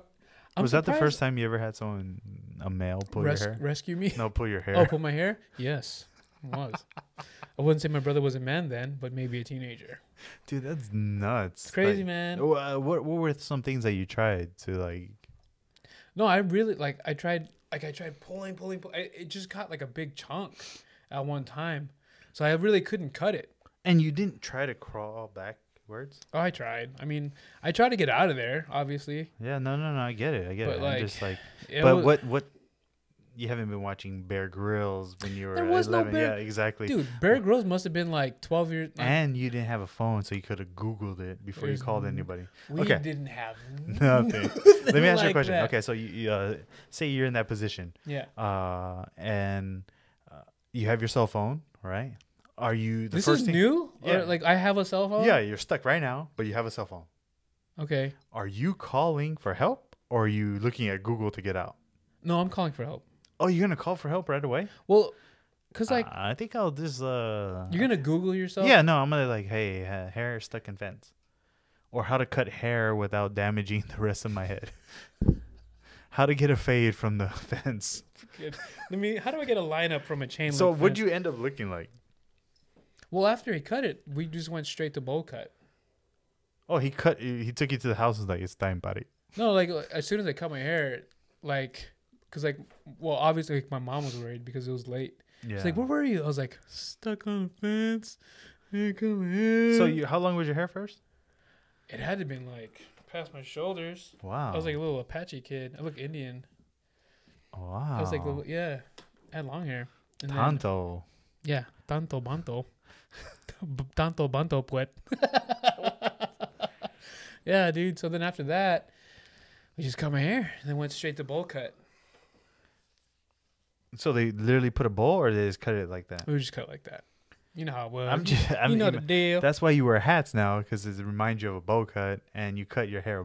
Speaker 2: I'm
Speaker 1: was that the first
Speaker 2: surprised-
Speaker 1: time you ever had someone, a male, pull
Speaker 2: Res-
Speaker 1: your hair?
Speaker 2: rescue me?
Speaker 1: No, pull your hair.
Speaker 2: Oh, pull my hair? Yes, it was. I wouldn't say my brother was a man then, but maybe a teenager.
Speaker 1: Dude, that's nuts.
Speaker 2: It's crazy,
Speaker 1: Like,
Speaker 2: man.
Speaker 1: wh- uh, What what were some things that you tried to like?
Speaker 2: No, I really like. I tried, like, I tried pulling, pulling, pulling. It just caught like a big chunk at one time, so I really couldn't cut it.
Speaker 1: And you didn't try to crawl backwards.
Speaker 2: Oh, I tried. I mean, I tried to get out of there, obviously.
Speaker 1: Yeah, no, no, no. I get it. I get
Speaker 2: But,
Speaker 1: it.
Speaker 2: like,
Speaker 1: I'm just like,
Speaker 2: It
Speaker 1: but
Speaker 2: was-
Speaker 1: what what? You haven't been watching Bear Grylls when you were
Speaker 2: There was no
Speaker 1: 11.
Speaker 2: Bear-
Speaker 1: yeah, exactly.
Speaker 2: Dude, Bear Grylls must have been like 12 years. like,
Speaker 1: And you didn't have a phone, so you could have Googled it before you
Speaker 2: There's
Speaker 1: called
Speaker 2: n-
Speaker 1: anybody.
Speaker 2: we
Speaker 1: okay.
Speaker 2: didn't have.
Speaker 1: Nothing. Let me ask you a
Speaker 2: like
Speaker 1: question.
Speaker 2: that.
Speaker 1: Okay, so you, you uh, say you're in that position,
Speaker 2: Yeah.
Speaker 1: uh, and uh, you have your cell phone, right? Are you the
Speaker 2: this
Speaker 1: first
Speaker 2: is
Speaker 1: thing?
Speaker 2: new?
Speaker 1: Yeah.
Speaker 2: Or like I have a cell phone?
Speaker 1: Yeah, you're stuck right now, but you have a cell phone.
Speaker 2: Okay.
Speaker 1: Are you calling for help or are you looking at Google to get out?
Speaker 2: No, I'm calling for help.
Speaker 1: Oh, you're gonna call for help right away?
Speaker 2: Well, because like
Speaker 1: Uh, I think I'll just uh.
Speaker 2: you're going to Google yourself.
Speaker 1: yeah, no, I'm gonna like, hey, uh, hair stuck in fence, or how to cut hair without damaging the rest of my head. how to get a fade from the fence.
Speaker 2: Good. Let me, how do I get a lineup from a chain?
Speaker 1: So,
Speaker 2: link
Speaker 1: what'd
Speaker 2: fence?
Speaker 1: you end up looking like?
Speaker 2: Well, after he cut it, we just went straight to bowl cut.
Speaker 1: Oh, he cut. He he took you to the house. and was like, it's time, buddy.
Speaker 2: No, like like, as soon as I cut my hair, like, cause like, well, obviously like my mom was worried because it was late.
Speaker 1: Yeah.
Speaker 2: She's like, "Where were you?" I was like, "Stuck on a fence." Hey, come here.
Speaker 1: so you, how long was your hair first?
Speaker 2: It had to have been like past my shoulders.
Speaker 1: Wow.
Speaker 2: I was like a little Apache kid. I look Indian.
Speaker 1: wow.
Speaker 2: I was like,
Speaker 1: Oh.
Speaker 2: little, yeah, I had long hair. And then-
Speaker 1: Tonto.
Speaker 2: yeah, tanto banto, B- tanto banto puet. yeah, dude. So then after that, I just cut my hair and then went straight to bowl cut.
Speaker 1: So they literally put a bowl, or they just cut it like that.
Speaker 2: We would just cut like that. You know how it was.
Speaker 1: I'm just. I'm,
Speaker 2: you know the
Speaker 1: ima-
Speaker 2: deal.
Speaker 1: that's why you wear hats now, because it reminds you of a bowl cut, and you cut your hair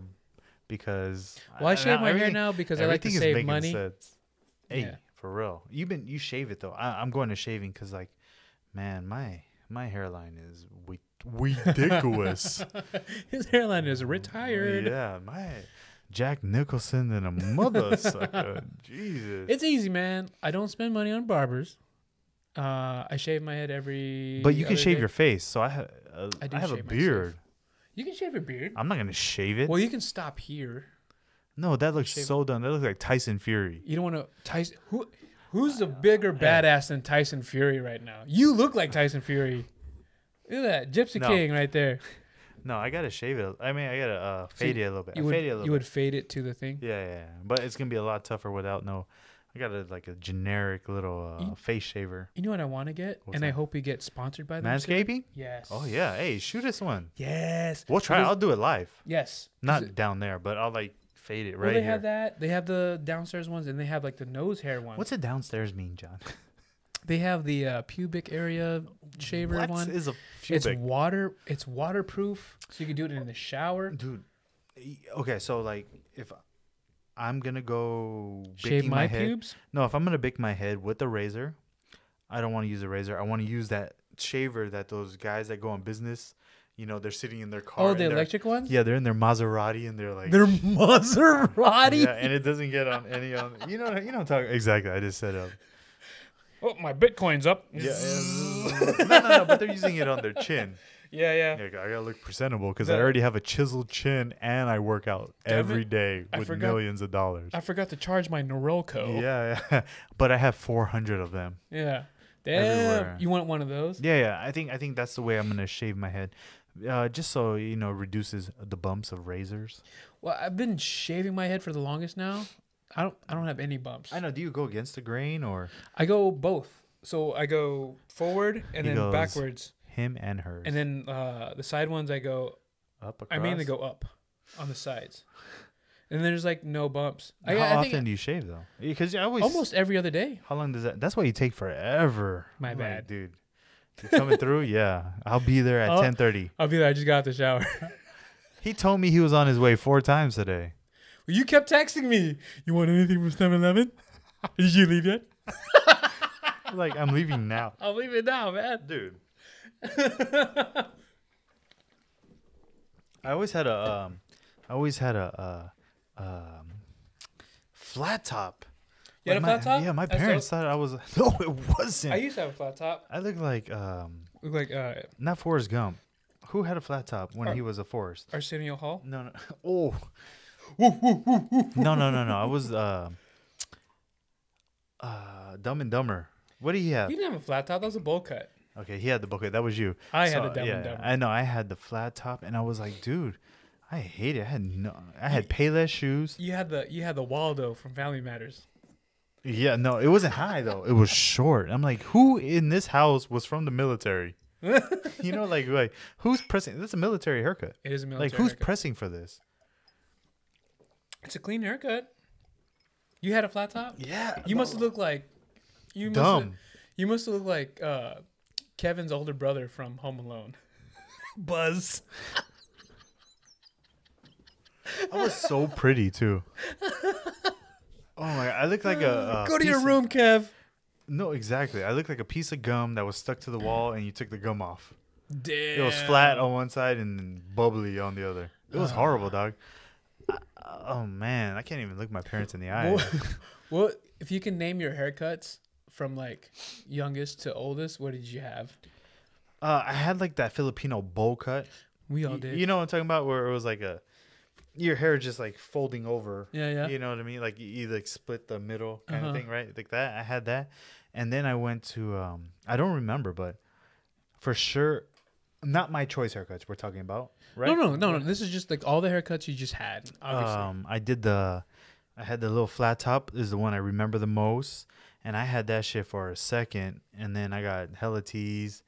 Speaker 1: because.
Speaker 2: Well, I
Speaker 1: Uh,
Speaker 2: shave my hair
Speaker 1: everything-
Speaker 2: now because I like to
Speaker 1: everything is
Speaker 2: save
Speaker 1: making
Speaker 2: money.
Speaker 1: sense. Hey,
Speaker 2: Yeah.
Speaker 1: for real, you've been you shave it though. I, I'm going to shaving because like, man, my my hairline is wi- ridiculous.
Speaker 2: His hairline is retired.
Speaker 1: Yeah, my Jack Nicholson and a mother sucker. Jesus.
Speaker 2: It's easy, man. I don't spend money on barbers. Uh, I shave my head every.
Speaker 1: but you can
Speaker 2: other
Speaker 1: shave
Speaker 2: day.
Speaker 1: your face, so I have uh,
Speaker 2: I
Speaker 1: I,
Speaker 2: do
Speaker 1: have a
Speaker 2: shave myself.
Speaker 1: beard.
Speaker 2: You can shave your beard.
Speaker 1: I'm not gonna shave it.
Speaker 2: Well, you can stop here.
Speaker 1: no, that looks
Speaker 2: shave
Speaker 1: so done. That looks like Tyson Fury.
Speaker 2: You don't want to Tyson. Who, who's the bigger badass than Tyson Fury right now? You look like Tyson Fury. Look at that Gypsy
Speaker 1: No.
Speaker 2: King right there.
Speaker 1: No, I gotta shave it. I mean, I gotta uh,
Speaker 2: So
Speaker 1: fade it a little bit.
Speaker 2: You
Speaker 1: I
Speaker 2: would,
Speaker 1: fade it a little bit.
Speaker 2: you would fade it to the thing.
Speaker 1: Yeah, yeah, yeah. but it's gonna be a lot tougher without no. I got a like a generic little uh,
Speaker 2: You-
Speaker 1: face shaver.
Speaker 2: You know what I want to get,
Speaker 1: What's
Speaker 2: and I
Speaker 1: that?
Speaker 2: hope we get sponsored by them. soon?
Speaker 1: Manscaping?
Speaker 2: Yes.
Speaker 1: Oh yeah. Hey, shoot us one.
Speaker 2: Yes.
Speaker 1: We'll try.
Speaker 2: Because-
Speaker 1: I'll do it live.
Speaker 2: Yes. 'Cause
Speaker 1: Not
Speaker 2: it-
Speaker 1: down there, but I'll like fade it
Speaker 2: Well,
Speaker 1: right
Speaker 2: they
Speaker 1: here.
Speaker 2: have that. They have the downstairs ones, and they have like the nose hair ones.
Speaker 1: What's a downstairs mean, John?
Speaker 2: They have the uh, pubic area shaver
Speaker 1: What
Speaker 2: one.
Speaker 1: is a
Speaker 2: It's
Speaker 1: pubic?
Speaker 2: water. It's waterproof, so you can do it in the shower.
Speaker 1: Dude. y- Okay, so like if I'm gonna go
Speaker 2: Shave
Speaker 1: baking
Speaker 2: my,
Speaker 1: head.
Speaker 2: pubes.
Speaker 1: No, if I'm gonna bake my head with a razor, I don't want to use a razor. I want to use that shaver that those guys that go on business, you know, they're sitting in their car.
Speaker 2: Oh,
Speaker 1: and
Speaker 2: the
Speaker 1: they're-
Speaker 2: electric ones.
Speaker 1: Yeah, they're in their Maserati and they're like
Speaker 2: They're Maserati.
Speaker 1: Yeah, and it doesn't get on any on you know you don't talk exactly. I just set up.
Speaker 2: Oh, my Bitcoin's up.
Speaker 1: Yeah, and- no, no, no. But they're using it on their chin.
Speaker 2: yeah, yeah.
Speaker 1: Yeah, I gotta look presentable because I
Speaker 2: The-
Speaker 1: already have a chiseled chin and I work out
Speaker 2: Damn
Speaker 1: every
Speaker 2: it,
Speaker 1: day
Speaker 2: I
Speaker 1: with
Speaker 2: forgot-
Speaker 1: millions of dollars.
Speaker 2: I forgot to charge my Norelco.
Speaker 1: Yeah, yeah. but I have four hundred of them.
Speaker 2: Yeah. Damn.
Speaker 1: Everywhere.
Speaker 2: You want one of those?
Speaker 1: Yeah, yeah. I think I think that's the way I'm gonna shave my head, uh, just so you know reduces the bumps of razors.
Speaker 2: Well, I've been shaving my head for the longest now. I don't. I don't have any bumps.
Speaker 1: I know. Do you go against the grain or
Speaker 2: I go both. So I go forward and
Speaker 1: He
Speaker 2: then
Speaker 1: goes-
Speaker 2: backwards,
Speaker 1: him and hers?
Speaker 2: and then uh, the side ones I go.
Speaker 1: up.
Speaker 2: I mainly
Speaker 1: across?
Speaker 2: go up on the sides, and there's like no bumps. I,
Speaker 1: How
Speaker 2: I
Speaker 1: often
Speaker 2: think
Speaker 1: do you shave though? Because I always
Speaker 2: almost every other day.
Speaker 1: How long does that? That's why you take forever.
Speaker 2: My
Speaker 1: I'm like,
Speaker 2: bad.
Speaker 1: dude. You're coming through, yeah. I'll be there at
Speaker 2: Oh.
Speaker 1: ten thirty.
Speaker 2: I'll be there. I just got out the shower.
Speaker 1: He told me he was on his way four times today.
Speaker 2: you kept texting me. You want anything from 7-Eleven? Did you leave yet?
Speaker 1: Like I'm leaving now,
Speaker 2: I'll leave it now, man.
Speaker 1: dude. I always had a, um, I always had a, uh, um, flat top.
Speaker 2: You
Speaker 1: Like
Speaker 2: had a
Speaker 1: my-
Speaker 2: flat top?
Speaker 1: Yeah, my
Speaker 2: That's so-
Speaker 1: parents thought I was. No, it wasn't.
Speaker 2: I used to have a flat top.
Speaker 1: I look like um,
Speaker 2: Look like uh,
Speaker 1: not Forrest Gump. Who had a flat top when
Speaker 2: Ar-
Speaker 1: he was a Forrest?
Speaker 2: Arsenio Hall.
Speaker 1: No, no. Oh. no, no, no, no. I was uh, uh, Dumb and Dumber. What do you have?
Speaker 2: You didn't have a flat top. That was a bowl cut.
Speaker 1: Okay, he had the booklet. That was you.
Speaker 2: I had a Dumb and Dumber.
Speaker 1: I know. I had the flat top, and I was like, dude, I hate it. I had no. I had payless shoes.
Speaker 2: You had the you had the Waldo from Family Matters.
Speaker 1: Yeah, no, it wasn't high though. It was short. I'm like, who in this house was from the military? you know, like, like who's pressing? That's a military haircut.
Speaker 2: It is a military
Speaker 1: like, who's
Speaker 2: haircut.
Speaker 1: pressing for this?
Speaker 2: it's a clean haircut. You had a flat top.
Speaker 1: Yeah,
Speaker 2: You must have looked like you must
Speaker 1: Dumb.
Speaker 2: you must have looked like uh, Kevin's older brother from Home Alone. Buzz.
Speaker 1: I was so pretty too. Oh my! I look like a, a
Speaker 2: Go to your
Speaker 1: piece of-
Speaker 2: room, Kev.
Speaker 1: no, exactly. I look like a piece of gum that was stuck to the wall, and you took the gum off.
Speaker 2: Damn.
Speaker 1: It was flat on one side and then bubbly on the other. It was
Speaker 2: Uh.
Speaker 1: horrible, dog. I- oh man, I can't even look my parents in the eye.
Speaker 2: Well, well, if you can name your haircuts from like youngest to oldest, what did you have?
Speaker 1: Uh, I had like that Filipino bowl cut.
Speaker 2: We all
Speaker 1: Y-
Speaker 2: did.
Speaker 1: You know what I'm talking about? Where it was like a your hair just like folding over.
Speaker 2: yeah, yeah.
Speaker 1: You know what I mean? Like you, you like split the middle kind
Speaker 2: Uh-huh.
Speaker 1: of thing, right? Like that. I had that, and then I went to um I don't remember, but for sure, not my choice haircuts we're talking about, right?
Speaker 2: No, no, no, no. This is just like all the haircuts you just had. Obviously.
Speaker 1: Um, I did the, I had the little flat top is the one I remember the most, and I had that shit for a second, and then I got hella tees,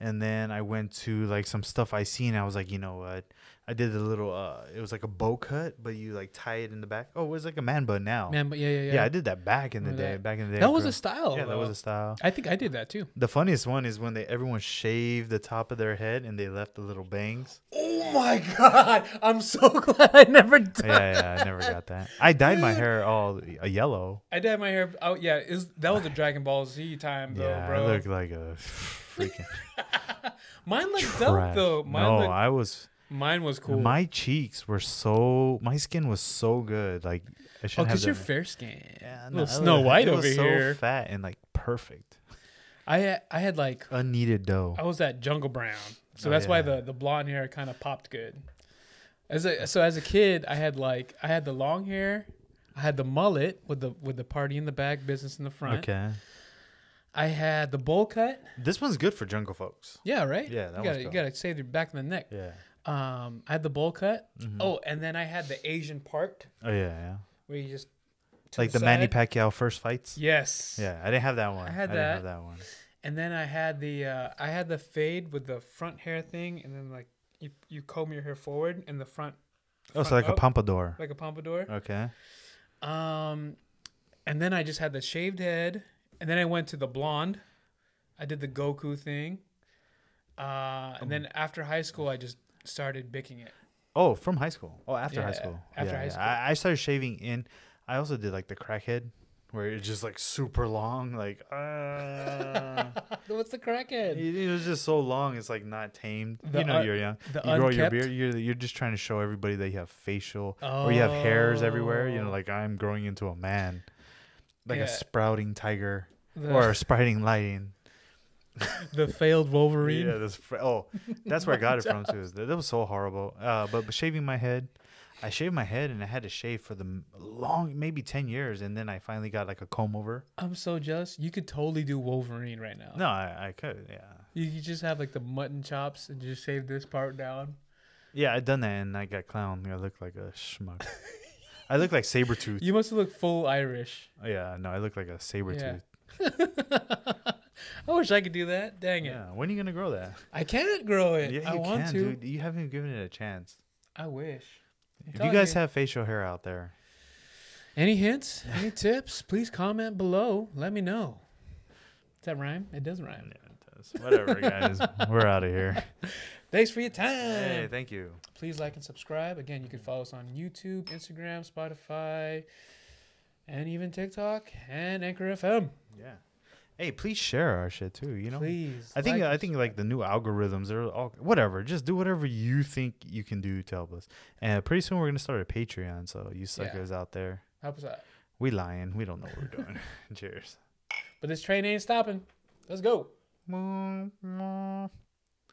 Speaker 1: and then I went to like some stuff I seen. I was like, you know what? I did the little, uh, it was like a bow cut, but you like tie it in the back. Oh, it was like a man bun now.
Speaker 2: Man, but yeah, yeah, yeah.
Speaker 1: yeah. I did that back in the
Speaker 2: Remember
Speaker 1: day.
Speaker 2: that.
Speaker 1: Back in the day,
Speaker 2: that was
Speaker 1: bro.
Speaker 2: a style.
Speaker 1: yeah, that was
Speaker 2: though.
Speaker 1: a style.
Speaker 2: I think I did that too.
Speaker 1: The funniest one is when they everyone shaved the top of their head and they left the little bangs.
Speaker 2: Oh my god! I'm so glad I never did.
Speaker 1: yeah, yeah, I never got that. I dyed my hair all uh, yellow.
Speaker 2: I dyed my hair. Oh yeah, it was, that was a Dragon Ball Z time though,
Speaker 1: yeah,
Speaker 2: bro.
Speaker 1: I look like a freaking
Speaker 2: mine looked dope
Speaker 1: trash.
Speaker 2: though. Mine,
Speaker 1: no,
Speaker 2: looked,
Speaker 1: I was.
Speaker 2: mine was cool.
Speaker 1: My cheeks were so. My skin was so good. Like I should
Speaker 2: oh,
Speaker 1: have.
Speaker 2: cause you're
Speaker 1: done it.
Speaker 2: fair skin.
Speaker 1: Yeah,
Speaker 2: Yeah,
Speaker 1: no, I
Speaker 2: Little Snow
Speaker 1: was-
Speaker 2: White
Speaker 1: it was
Speaker 2: over
Speaker 1: so
Speaker 2: here.
Speaker 1: Fat and like perfect.
Speaker 2: I had, I had like
Speaker 1: Unneeded dough.
Speaker 2: I was that jungle brown, so
Speaker 1: Oh,
Speaker 2: that's why
Speaker 1: yeah.
Speaker 2: the the blonde hair kind of popped good. As a so as a kid, I had like I had the long hair, I had the mullet with the with the party in the back, business in the front.
Speaker 1: Okay.
Speaker 2: I had the bowl cut.
Speaker 1: This one's good for jungle folks.
Speaker 2: Yeah, right.
Speaker 1: Yeah, that
Speaker 2: you
Speaker 1: one's
Speaker 2: gotta, you
Speaker 1: cool.
Speaker 2: gotta save your back and the neck.
Speaker 1: Yeah.
Speaker 2: Um, I had the bowl cut.
Speaker 1: Mm-hmm.
Speaker 2: Oh, and then I had the Asian part
Speaker 1: Oh yeah, yeah.
Speaker 2: where you just to
Speaker 1: Like the, Manny
Speaker 2: side.
Speaker 1: Pacquiao first fights.
Speaker 2: Yes.
Speaker 1: Yeah, I didn't have that one. I,
Speaker 2: had
Speaker 1: didn't have that one.
Speaker 2: And then I had the uh, I had the fade with the front hair thing, and then like you, you comb your hair forward and the front.
Speaker 1: Oh, so
Speaker 2: front
Speaker 1: like a
Speaker 2: up,
Speaker 1: pompadour.
Speaker 2: Like a pompadour.
Speaker 1: Okay.
Speaker 2: Um, and then I just had the shaved head, and then I went to the blonde. I did the Goku thing, uh, and then after high school, I just started bicking it.
Speaker 1: Oh, from high school. Oh, after high
Speaker 2: Yeah,
Speaker 1: school.
Speaker 2: after high school.
Speaker 1: I, I started shaving in. I also did like the crackhead, where it's just like super long. Like, uh,
Speaker 2: What's the crackhead?
Speaker 1: it, it was just so long. It's like not tamed.
Speaker 2: The
Speaker 1: you know,
Speaker 2: un-
Speaker 1: you're young.
Speaker 2: the
Speaker 1: you grow your
Speaker 2: unkept?
Speaker 1: beard. You're you're just trying to show everybody that you have facial or you have hairs everywhere. You know,
Speaker 2: Oh.
Speaker 1: like I'm growing into a man, like
Speaker 2: Yeah.
Speaker 1: a sprouting tiger
Speaker 2: The,
Speaker 1: or a sprouting lion.
Speaker 2: the failed Wolverine.
Speaker 1: Yeah, that's fr- oh, that's where I got it from too. Is That, that was so horrible. Uh, but, but shaving my head, I shaved my head and I had to shave for the m- long, maybe ten years, and then I finally got like a comb over.
Speaker 2: I'm so jealous. You could totally do Wolverine right now.
Speaker 1: No, I, I could, yeah,
Speaker 2: You, you just have like the mutton chops and just shave this part down.
Speaker 1: yeah, I done that and I got clowned. I looked like a schmuck. I look like saber tooth.
Speaker 2: You must look full Irish.
Speaker 1: Yeah, no, I look like a saber
Speaker 2: Yeah.
Speaker 1: tooth.
Speaker 2: I wish I could do that. Dang it.
Speaker 1: Yeah, when are you gonna grow that?
Speaker 2: I can't grow it.
Speaker 1: Yeah,
Speaker 2: I
Speaker 1: you
Speaker 2: want
Speaker 1: can,
Speaker 2: to.
Speaker 1: dude. You haven't given it a chance.
Speaker 2: I wish. I'm
Speaker 1: If you
Speaker 2: telling
Speaker 1: guys have facial hair out there,
Speaker 2: any hints, any tips, please comment below. Let me know. Does that rhyme? It does
Speaker 1: yeah,
Speaker 2: rhyme.
Speaker 1: it does. whatever, guys, we're out of here.
Speaker 2: Thanks for your time.
Speaker 1: Hey, thank you.
Speaker 2: please like and subscribe. Again, you can follow us on YouTube, Instagram, Spotify, and even TikTok and Anchor FM.
Speaker 1: Yeah. Hey, please share our shit too. You know,
Speaker 2: Please.
Speaker 1: I think uh,
Speaker 2: like
Speaker 1: I
Speaker 2: and
Speaker 1: think like the new algorithms are all whatever. Just do whatever you think you can do to help us. And pretty soon we're gonna start a Patreon. So you suckers out there,
Speaker 2: help us out.
Speaker 1: we lying. We don't know what we're doing. Cheers.
Speaker 2: But this train ain't stopping. Let's go.
Speaker 1: Mm, mm.